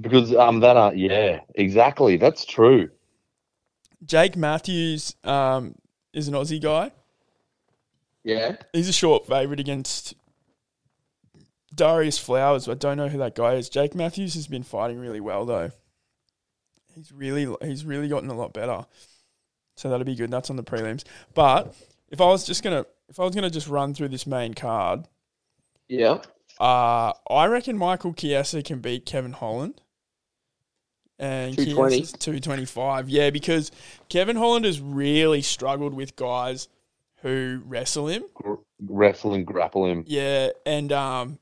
Speaker 6: Because um that uh, yeah exactly that's true
Speaker 2: Jake Matthews um is an Aussie guy.
Speaker 7: Yeah.
Speaker 2: He's a short favorite against Darius Flowers. I don't know who that guy is. Jake Matthews has been fighting really well though. He's really he's really gotten a lot better. So that'll be good. That's on the prelims. But if I was just gonna if I was gonna just run through this main card,
Speaker 7: Yeah.
Speaker 2: uh, I reckon Michael Chiesa can beat Kevin Holland. And
Speaker 7: 220.
Speaker 2: Chiesa's 225. Yeah, because Kevin Holland has really struggled with guys who wrestle him.
Speaker 6: Gr- wrestle and grapple him
Speaker 2: Yeah, and um,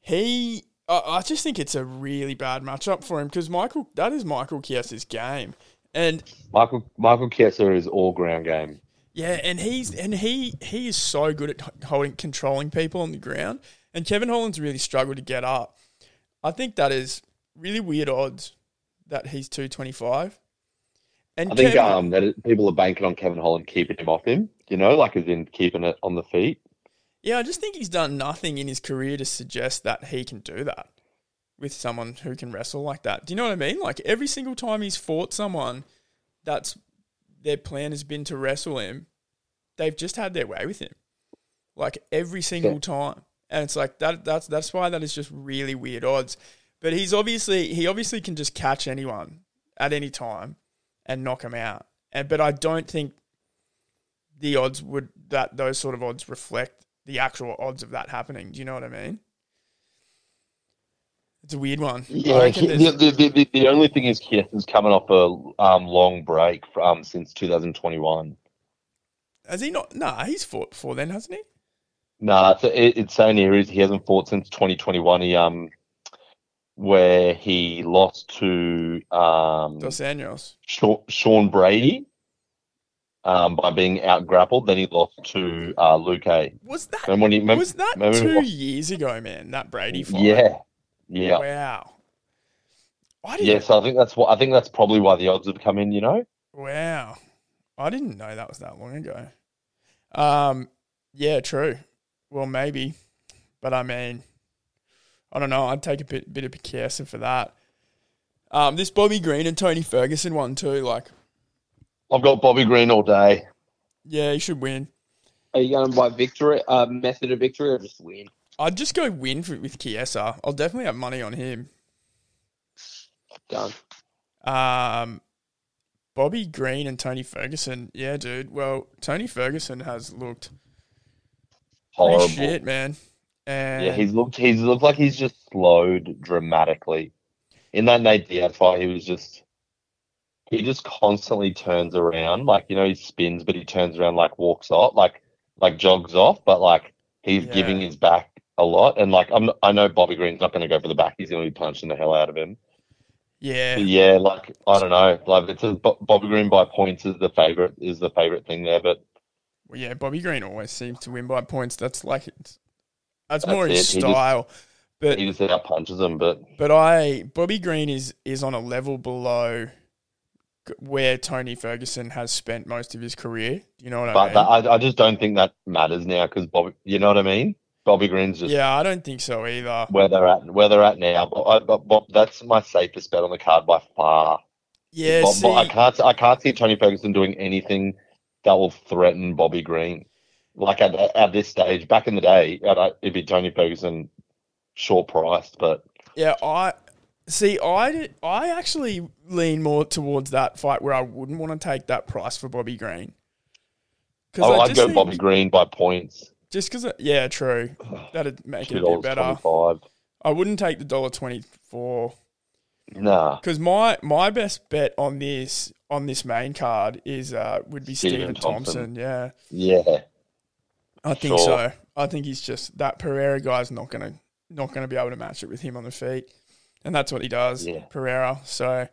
Speaker 2: he, I, I just think it's a really bad matchup for him because Michael, that is Michael Chiesa's game, and
Speaker 6: Michael Michael Chiesa is all ground game
Speaker 2: yeah, and he's and he he is so good at h- holding controlling people on the ground, and Kevin Holland's really struggled to get up. I think that is really weird odds that he's two twenty five. And
Speaker 6: I think
Speaker 2: Kevin,
Speaker 6: um that it, people are banking on Kevin Holland keeping him off him you know like as in keeping it on the feet
Speaker 2: yeah, I just think he's done nothing in his career to suggest that he can do that with someone who can wrestle like that. Do you know what I mean? Like every single time he's fought someone, that's their plan has been to wrestle him. They've just had their way with him, like every single time. And it's like that. That's that's why that is just really weird odds. But he's obviously he obviously can just catch anyone at any time and knock him out. And but I don't think the odds would that those sort of odds reflect the actual odds of that happening. Do you know what I mean? It's a weird one.
Speaker 6: yeah
Speaker 2: I
Speaker 6: I
Speaker 2: reckon
Speaker 6: the,
Speaker 2: there's-
Speaker 6: Uh, the, the, the, the only thing is Chiesa's coming off a um long break um since 2021
Speaker 2: has he not? Nah, he's fought before then, hasn't he?
Speaker 6: nah it's, it, it's saying here is he hasn't fought since 2021 he um where he lost to um
Speaker 2: Dos Anjos.
Speaker 6: Sha- Sean Brady um, by being out grappled. Then he lost to uh, Luke. Hay.
Speaker 2: Was that
Speaker 6: Remember when he remember,
Speaker 2: was that
Speaker 6: remember when he
Speaker 2: two
Speaker 6: lost-
Speaker 2: years ago, man? That Brady fight.
Speaker 6: Yeah, yeah,
Speaker 2: Wow. I didn't.
Speaker 6: yeah. So I think that's what I think that's probably why the odds have come in. You know,
Speaker 2: Wow. I didn't know that was that long ago. Um. Yeah. True. Well, maybe, but I mean, I don't know. I'd take a bit bit of Picasso for that. Um. This Bobby Green and Tony Ferguson one too. Like,
Speaker 6: I've got Bobby Green all day.
Speaker 2: Yeah, he should win.
Speaker 7: Are you going by victory, uh, method of victory, or just win?
Speaker 2: I'd just go win for, with Kiesa. I'll definitely have money on him.
Speaker 7: Done.
Speaker 2: Um, Bobby Green and Tony Ferguson. Yeah, dude. Well, Tony Ferguson has looked pretty
Speaker 6: Horrible.
Speaker 2: shit, man. And
Speaker 6: Yeah, he's looked. He's looked like he's just slowed dramatically. In that Nate Diaz fight, he was just. He just constantly turns around, like you know, he spins, but he turns around, like walks off, like like jogs off, but like he's
Speaker 2: Yeah.
Speaker 6: giving his back a lot, and like I'm, I know Bobby Green's not going to go for the back; he's going to be punching the hell out of him.
Speaker 2: yeah,
Speaker 6: But yeah, like I don't know, like it's a, Bo- Bobby Green by points is the favorite is the favorite thing there, but
Speaker 2: Well, yeah, Bobby Green always seems to win by points. That's like it's, that's,
Speaker 6: That's
Speaker 2: more his
Speaker 6: it. He just-
Speaker 2: style. but
Speaker 6: he just out punches him. But
Speaker 2: but I Bobby Green is is on a level below g- where Tony Ferguson has spent most of his career. You know what I
Speaker 6: but
Speaker 2: mean?
Speaker 6: that, I, I just don't think that matters now because Bobby, you know what I mean? Bobby Green's just
Speaker 2: yeah, I don't think so either.
Speaker 6: where they're at, where they're at now. But, I, but, but that's my safest bet on the card by far.
Speaker 2: Yeah,
Speaker 6: But- but
Speaker 2: see,
Speaker 6: I can't, I can't see Tony Ferguson doing anything that will threaten Bobby Green. Like at, at this stage, back in the day, I'd- I'd- it'd be Tony Ferguson, short priced, but
Speaker 2: yeah, I see. I did- I actually lean more towards that fight where I wouldn't want to take that price for Bobby Green.
Speaker 6: I,
Speaker 2: I
Speaker 6: Oh, I'd
Speaker 2: just
Speaker 6: go
Speaker 2: think-
Speaker 6: Bobby Green by points.
Speaker 2: Just because, yeah, true. That'd make it a bit better.
Speaker 6: $2.25.
Speaker 2: I wouldn't take the dollar twenty four
Speaker 6: Nah,
Speaker 2: because my my best bet on this on this main card is uh would be Stephen
Speaker 6: Stephen
Speaker 2: Thompson.
Speaker 6: Thompson.
Speaker 2: Yeah,
Speaker 6: yeah.
Speaker 2: I think
Speaker 6: Sure.
Speaker 2: so. I think he's just that Pereira guy's not gonna not gonna be able to match it with him on the feet, and that's what he does,
Speaker 6: Yeah.
Speaker 2: Pereira. So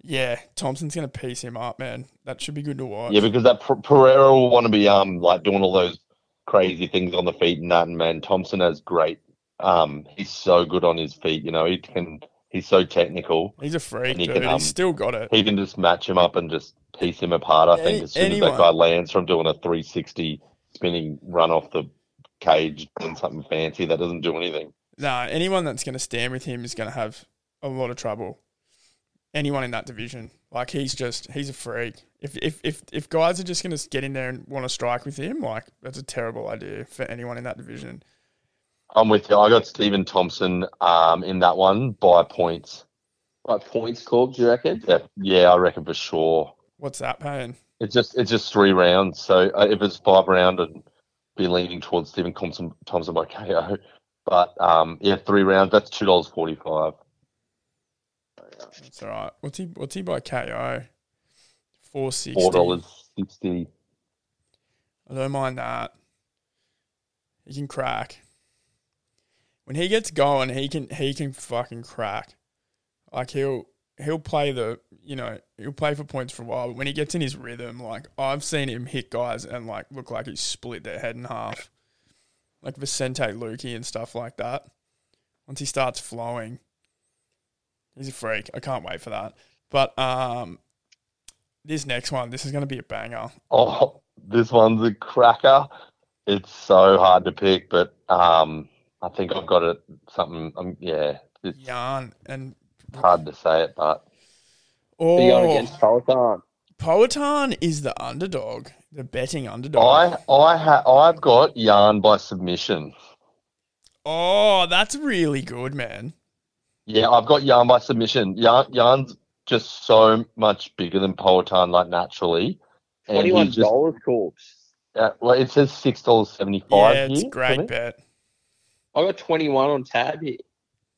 Speaker 2: yeah, Thompson's gonna piece him up, man. That should be good to watch.
Speaker 6: Yeah, because that P- Pereira will want to be um like doing all those crazy things on the feet and that. And man, Thompson has great. Um, he's so good on his feet. You know, he can. He's so technical.
Speaker 2: he's a freak,
Speaker 6: and he
Speaker 2: dude.
Speaker 6: can, um,
Speaker 2: he's still got it.
Speaker 6: He can just match him up and just piece him apart. I
Speaker 2: Any-
Speaker 6: think as soon as
Speaker 2: anyone.
Speaker 6: that guy lands from doing a 360 spinning run off the cage doing something fancy, that doesn't do anything.
Speaker 2: Nah, anyone that's going to stand with him is going to have a lot of trouble. Anyone in that division, like he's just he's a freak. If if if if guys are just going to get in there and want to strike with him, like that's a terrible idea for anyone in that division.
Speaker 6: I'm with you. I got Stephen Thompson um in that one by points.
Speaker 7: Like points, Corb, do you reckon?
Speaker 6: Yeah, yeah, I reckon for sure.
Speaker 2: What's that paying?
Speaker 6: It's just it's just three rounds. So uh, if it's five round, I'd be leaning towards Stephen Thompson, Thompson by KO. But um, yeah, three rounds. That's two dollars forty five.
Speaker 2: That's all right. What's he what's he by KO? Four sixty.
Speaker 6: Four dollars sixty.
Speaker 2: I don't mind that. He can crack. When he gets going, he can he can fucking crack. Like he'll he'll play the you know he'll play for points for a while. But when he gets in his rhythm, like I've seen him hit guys and like look like he split their head in half, like Vicente Luque and stuff like that. Once he starts flowing, he's a freak. I can't wait for that. But um, this next one, this is gonna be a banger.
Speaker 6: Oh, this one's a cracker. It's so hard to pick, but um, I think I've got it. Something. Um, yeah, it's
Speaker 2: Yarn and
Speaker 6: hard to say it, but
Speaker 7: Are you going
Speaker 2: Oh,
Speaker 7: against Peloton?
Speaker 2: Poetan is the underdog, the betting underdog.
Speaker 6: I I ha- I've got yarn by submission.
Speaker 2: Oh, that's really good, man.
Speaker 6: Yeah, I've got Yarn by submission. Yarn, Yarn's just so much bigger than Poetan, like naturally. And he
Speaker 7: Twenty-one
Speaker 6: just-
Speaker 7: dollars, Corb.
Speaker 6: uh, well, it says six dollars seventy-five.
Speaker 2: Yeah, it's a great bet.
Speaker 7: I got twenty-one on tab here.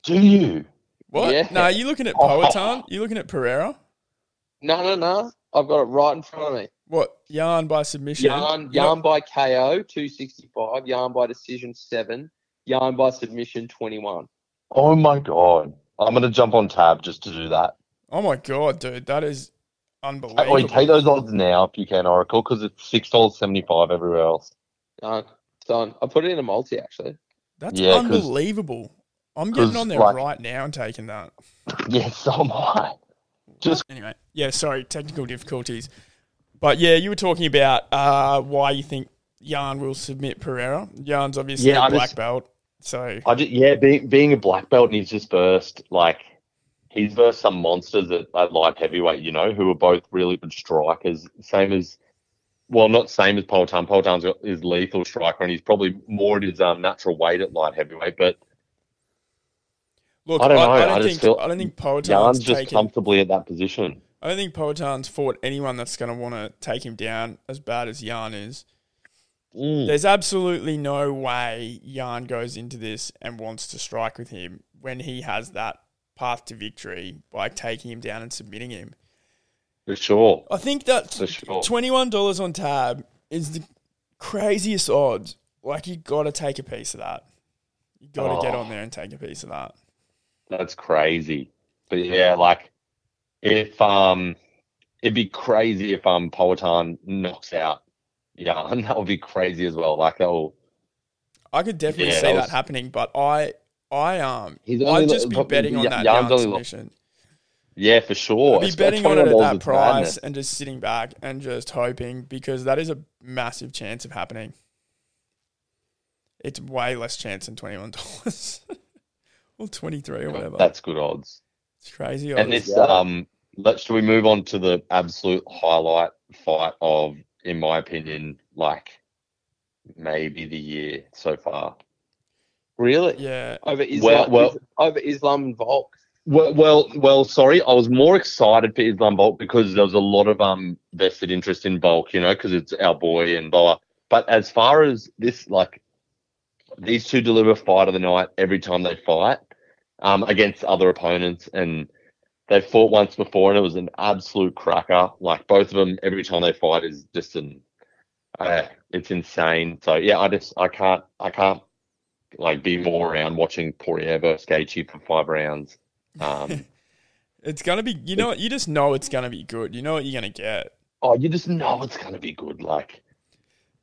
Speaker 6: Do you?
Speaker 2: What?
Speaker 7: Yeah.
Speaker 2: No, you looking at
Speaker 6: Oh.
Speaker 2: Poetan? You looking at Pereira?
Speaker 7: No, no, no. I've got it right in front of me.
Speaker 2: What? Yarn by submission.
Speaker 7: Yarn,
Speaker 2: You're
Speaker 7: yarn
Speaker 2: not-
Speaker 7: by KO, two sixty-five. Yarn by decision, seven. Yarn by submission, twenty-one.
Speaker 6: Oh my god! I'm gonna jump on tab just to do that.
Speaker 2: Oh my god, dude, that is
Speaker 6: Or you
Speaker 2: unbelievable.
Speaker 6: take those odds now if you can, Oracle, because it's six dollars seventy-five everywhere else.
Speaker 7: Done. Done. Uh, I put it in a multi actually.
Speaker 2: That's
Speaker 6: Yeah, 'cause-
Speaker 2: unbelievable. I'm getting
Speaker 6: 'cause,
Speaker 2: on there
Speaker 6: like-
Speaker 2: right now and taking that.
Speaker 6: Yeah, so am I. Just
Speaker 2: Anyway, yeah, sorry, technical difficulties. But yeah, you were talking about uh, why you think Yarn will submit Pereira. Yarn's obviously
Speaker 6: Yeah, I
Speaker 2: a black
Speaker 6: just-
Speaker 2: belt, so
Speaker 6: I just, yeah, being being a black belt and he's just first, like he's versed some monsters at, at light heavyweight, you know, who are both really good strikers. Same as, well, not same as Poltan. Poltan's got his lethal striker, and he's probably more at his um, natural weight at light heavyweight. But
Speaker 2: Look, I
Speaker 6: I
Speaker 2: don't,
Speaker 6: don't
Speaker 2: I,
Speaker 6: know,
Speaker 2: don't
Speaker 6: I just
Speaker 2: think
Speaker 6: feel-
Speaker 2: I don't think
Speaker 6: Jan's
Speaker 2: Poetan's
Speaker 6: just
Speaker 2: taken.
Speaker 6: comfortably at that position.
Speaker 2: I don't think Poetan's fought anyone that's going to want to take him down as bad as Jan is.
Speaker 6: Mm.
Speaker 2: There's absolutely no way Jan goes into this and wants to strike with him when he has that path to victory by taking him down and submitting him.
Speaker 6: For sure.
Speaker 2: I think that
Speaker 6: For sure.
Speaker 2: twenty-one dollars on tab is the craziest odds. Like you got to take a piece of that. You got to get
Speaker 6: Oh.
Speaker 2: on there and take a piece of that.
Speaker 6: That's crazy. But yeah, like if um it'd be crazy if um Poltan knocks out Jan, that would be crazy as well. Like that'll
Speaker 2: I could definitely
Speaker 6: Yeah,
Speaker 2: see
Speaker 6: that
Speaker 2: that,
Speaker 6: was-
Speaker 2: happening, but I, I um,
Speaker 6: He's only
Speaker 2: I'd
Speaker 6: lo-
Speaker 2: just be
Speaker 6: but-
Speaker 2: betting on
Speaker 6: Jan-
Speaker 2: that
Speaker 6: Jan's
Speaker 2: Jan
Speaker 6: only lo-
Speaker 2: submission.
Speaker 6: yeah, for sure.
Speaker 2: I'd be
Speaker 6: It's-
Speaker 2: betting on it at
Speaker 6: $21
Speaker 2: that
Speaker 6: is
Speaker 2: price
Speaker 6: madness.
Speaker 2: and just sitting back and just hoping because that is a massive chance of happening. It's way less chance than twenty one dollars, or twenty three or whatever.
Speaker 6: That's good odds.
Speaker 2: it's crazy.
Speaker 6: And
Speaker 2: odds.
Speaker 6: this um let's should we move on to the absolute highlight fight of, in my opinion, like maybe the year so far.
Speaker 7: Really?
Speaker 2: yeah,
Speaker 7: Over
Speaker 6: Well-
Speaker 7: Islam,
Speaker 6: well-
Speaker 7: over Islam and Volk.
Speaker 6: Well, well, well. Sorry, I was more excited for Islam Bulk because there was a lot of um vested interest in Bulk, you know, because it's our boy and blah. But as far as this, like, these two deliver fight of the night every time they fight, um, against other opponents, and they fought once before, and it was an absolute cracker. Like both of them, every time they fight is just an, uh, it's insane. So yeah, I just I can't I can't like be more around watching Poirier versus Gaethje for five rounds. Um,
Speaker 2: it's gonna be. You know, what? you just know it's gonna be good. You know what you're gonna get.
Speaker 6: oh, you just know it's gonna be good. Like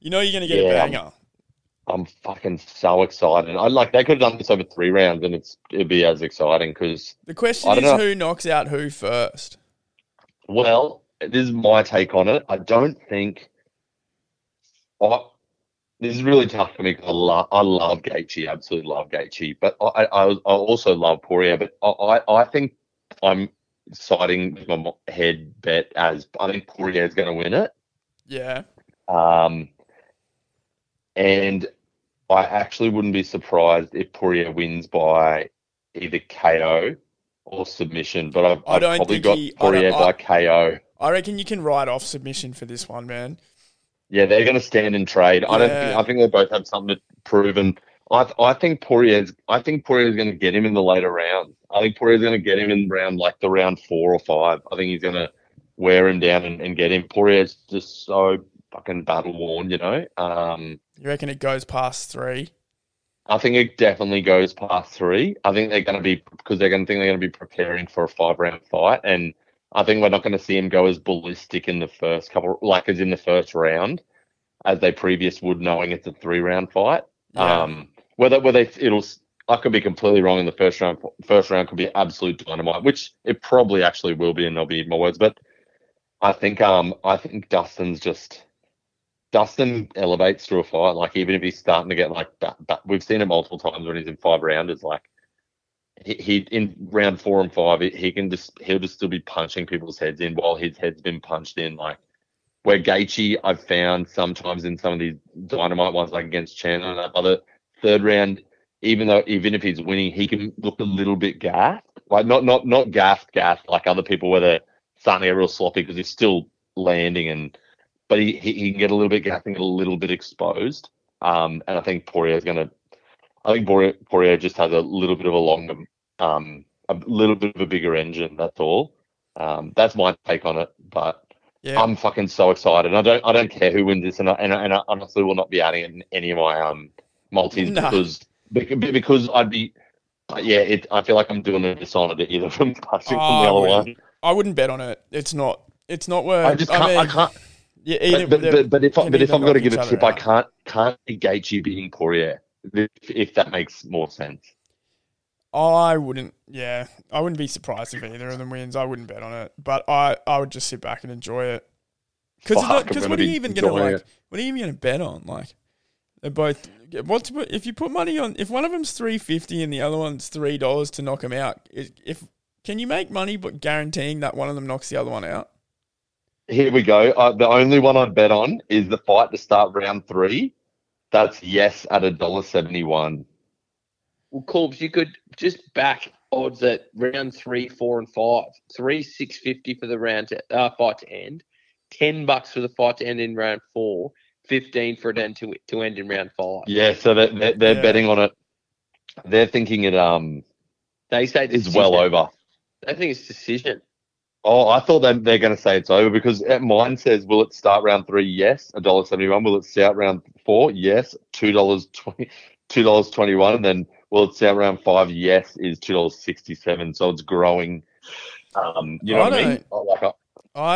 Speaker 2: You know you're gonna get a
Speaker 6: Yeah, I'm-
Speaker 2: banger.
Speaker 6: I'm fucking so excited. I like they could have done this over three rounds, and it's it'd be as exciting because
Speaker 2: The question
Speaker 6: I
Speaker 2: is
Speaker 6: don't know.
Speaker 2: who knocks out who first.
Speaker 6: Well, this is my take on it. I don't think. I, this is really tough for me because I love, I love Gaethje, absolutely love Gaethje, but I, I, I also love Poirier. But I, I, I think I'm siding with my mo- head bet as I think Poirier is going to win it.
Speaker 2: Yeah.
Speaker 6: Um, and I actually wouldn't be surprised if Poirier wins by either KO or submission. But I've,
Speaker 2: I
Speaker 6: I've
Speaker 2: don't
Speaker 6: probably
Speaker 2: think
Speaker 6: got
Speaker 2: he- I don't-
Speaker 6: Poirier
Speaker 2: I-
Speaker 6: by KO.
Speaker 2: I reckon you can write off submission for this one, man.
Speaker 6: Yeah, they're going to stand and trade. I don't. Think,
Speaker 2: Yeah.
Speaker 6: I think they both have something to prove, and I I think Poirier's I think Poirier's going to get him in the later rounds. I think Poirier's going to get him in round like the round four or five. I think he's going to wear him down and, and get him. Poirier's just so fucking battle worn, you know. Um,
Speaker 2: You reckon it goes past three?
Speaker 6: I think it definitely goes past three. I think they're going to be because they're going to think they're going to be preparing for a five round fight, and I think we're not going to see him go as ballistic in the first couple, like as in the first round, as they previous would, knowing it's a three round fight.
Speaker 2: Yeah.
Speaker 6: Um, whether whether it's- it'll, I could be completely wrong in the first round. First round could be absolute dynamite, which it probably actually will be, and they'll be my words. But I think um I think Dustin's just Dustin elevates through a fight. Like even if he's starting to get like that, that we've seen it multiple times when he's in five rounders. Like he, he in round four and five, he, he can just he'll just still be punching people's heads in while his head's been punched in. Like where Gaethje, I've found sometimes in some of these dynamite ones, like against Chandler and that other third round, even though even if he's winning, he can look a little bit gassed. Like not not not gassed gassed like other people where they're starting to get real sloppy because he's still landing and but he, he, he can get a little bit gassed and get a little bit exposed. Um, and I think Poirier's going to, I think Poirier, Poirier just has a little bit of a longer, um, a little bit of a bigger engine. That's all. Um, that's my take on it. But
Speaker 2: Yeah.
Speaker 6: I'm fucking so excited. I don't, I don't care who wins this, and I, and I, and I honestly will not be adding in any of my um multis
Speaker 2: Nah.
Speaker 6: because bec- because I'd be. uh, Yeah, it, I feel like I'm doing a dishonor to either from passing from the
Speaker 2: Oh,
Speaker 6: other
Speaker 2: well,
Speaker 6: one.
Speaker 2: I wouldn't bet on it. It's not. It's not worth.
Speaker 6: I just can't. I,
Speaker 2: mean,
Speaker 6: can't.
Speaker 2: yeah, either,
Speaker 6: but, but, but, but if I,
Speaker 2: can
Speaker 6: but if
Speaker 2: either
Speaker 6: I'm going to
Speaker 2: knock
Speaker 6: give
Speaker 2: each
Speaker 6: a
Speaker 2: other
Speaker 6: tip, I
Speaker 2: out.
Speaker 6: can't can't negate you beating Poirier. If, if that makes more sense.
Speaker 2: I wouldn't. Yeah, I wouldn't be surprised if either of them wins. I wouldn't bet on it, but I, I would just sit back and enjoy it. Because
Speaker 6: Fuck, I'm
Speaker 2: because
Speaker 6: gonna
Speaker 2: what are you
Speaker 6: be
Speaker 2: even gonna
Speaker 6: enjoying
Speaker 2: like? What are you even gonna bet on? Like, they're both. What's if you put money on if one of them's three fifty and the other one's three dollars to knock him out? i- If Can you make money but guaranteeing that one of them knocks the other one out?
Speaker 6: Here we go. Uh, the only one I bet on is the fight to start round three. That's yes at a dollar seventy-one.
Speaker 7: Well, Corbs, you could just back odds at round three, four, and five. Three six fifty for the round to, uh, fight to end. Ten bucks for the fight to end in round four. Fifteen for it end to to end in round five.
Speaker 6: Yeah, so they're, they're, they're
Speaker 2: Yeah.
Speaker 6: betting on it. They're thinking it um
Speaker 7: They say
Speaker 6: is
Speaker 7: it's
Speaker 6: well over.
Speaker 7: I think it's decision.
Speaker 6: Oh, I thought they, they're going to say it's over because at mine says, will it start round three? Yes, a dollar seventy-one. Will it start round four? Yes, two dollars twenty, two dollars twenty-one. And then will it start round five? Yes, is two dollars sixty-seven. So it's growing. Um, you know
Speaker 2: I
Speaker 6: what I mean?
Speaker 2: don't-
Speaker 6: I Like, I,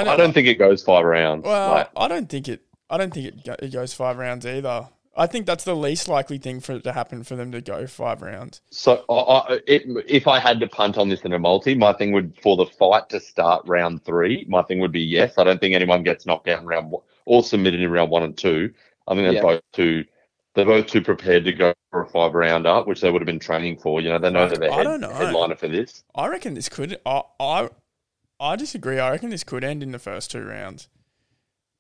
Speaker 2: I
Speaker 6: I don't think it goes five rounds.
Speaker 2: Well,
Speaker 6: Like,
Speaker 2: I don't think it. I don't think it, go, it goes five rounds either. I think that's the least likely thing for it to happen for them to go five rounds.
Speaker 6: so I, I, it, if I had to punt on this in a multi, my thing would for the fight to start round three. My thing would be yes. I don't think anyone gets knocked out in round one or submitted in round one and two. I think they're
Speaker 7: Yeah.
Speaker 6: both too. They're both too prepared to go for a five rounder, which they would have been training for. You know, they know that they're
Speaker 2: I
Speaker 6: head,
Speaker 2: don't know.
Speaker 6: headliner for this.
Speaker 2: I reckon this could. I I, I disagree. I reckon this could end in the first two rounds.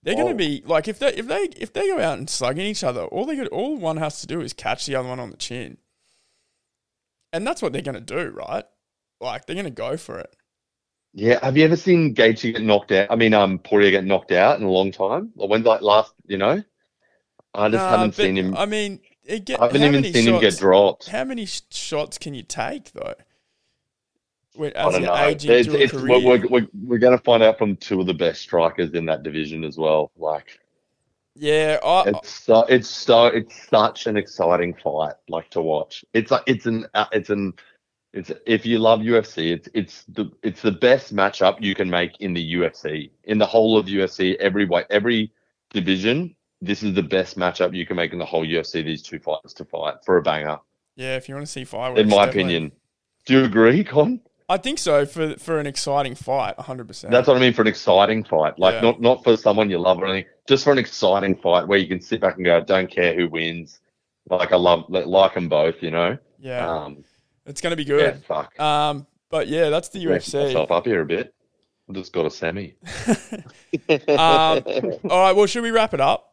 Speaker 2: They're going
Speaker 6: Oh.
Speaker 2: to be like if they if they if they go out and slugging each other, all they could all one has to do is catch the other one on the chin, and that's what they're going to do, right? Like they're going to go for it.
Speaker 6: Yeah, have you ever seen Gaethje get knocked out? I mean, um, Poirier get knocked out in a long time. Like, When's like last? You know, I just
Speaker 2: Nah,
Speaker 6: haven't
Speaker 2: but,
Speaker 6: seen him.
Speaker 2: I mean, it get,
Speaker 6: I haven't
Speaker 2: how
Speaker 6: even
Speaker 2: many
Speaker 6: seen him get
Speaker 2: shots-
Speaker 6: dropped.
Speaker 2: How many sh- shots can you take though? When,
Speaker 6: I
Speaker 2: as
Speaker 6: don't
Speaker 2: an
Speaker 6: know.
Speaker 2: aging
Speaker 6: It's-
Speaker 2: to a
Speaker 6: it's-
Speaker 2: career,
Speaker 6: we're we're, we're, we're going to find out from two of the best strikers in that division as well. Like
Speaker 2: yeah, I,
Speaker 6: it's so it's so it's such an exciting fight like to watch. It's like it's an uh, it's an it's if you love UFC, it's it's the it's the best matchup you can make in the UFC in the whole of UFC every way every division. This is the best matchup you can make in the whole UFC. These two fighters to fight for a banger,
Speaker 2: yeah. If you want to see fireworks,
Speaker 6: in my
Speaker 2: definitely.
Speaker 6: opinion. Do you agree, Con?
Speaker 2: I think so. For for an exciting fight, hundred percent.
Speaker 6: That's what I mean for an exciting fight. Like
Speaker 2: Yeah.
Speaker 6: not not for someone you love or anything, just for an exciting fight where you can sit back and go, I don't care who wins. Like I love li- like them both, you know.
Speaker 2: yeah.
Speaker 6: Um,
Speaker 2: it's gonna be
Speaker 6: yeah,
Speaker 2: good.
Speaker 6: fuck.
Speaker 2: Um, but yeah, that's the
Speaker 6: Making
Speaker 2: UFC.
Speaker 6: Myself up here a bit. I just got a semi.
Speaker 2: Um, all right, well, should we wrap it up?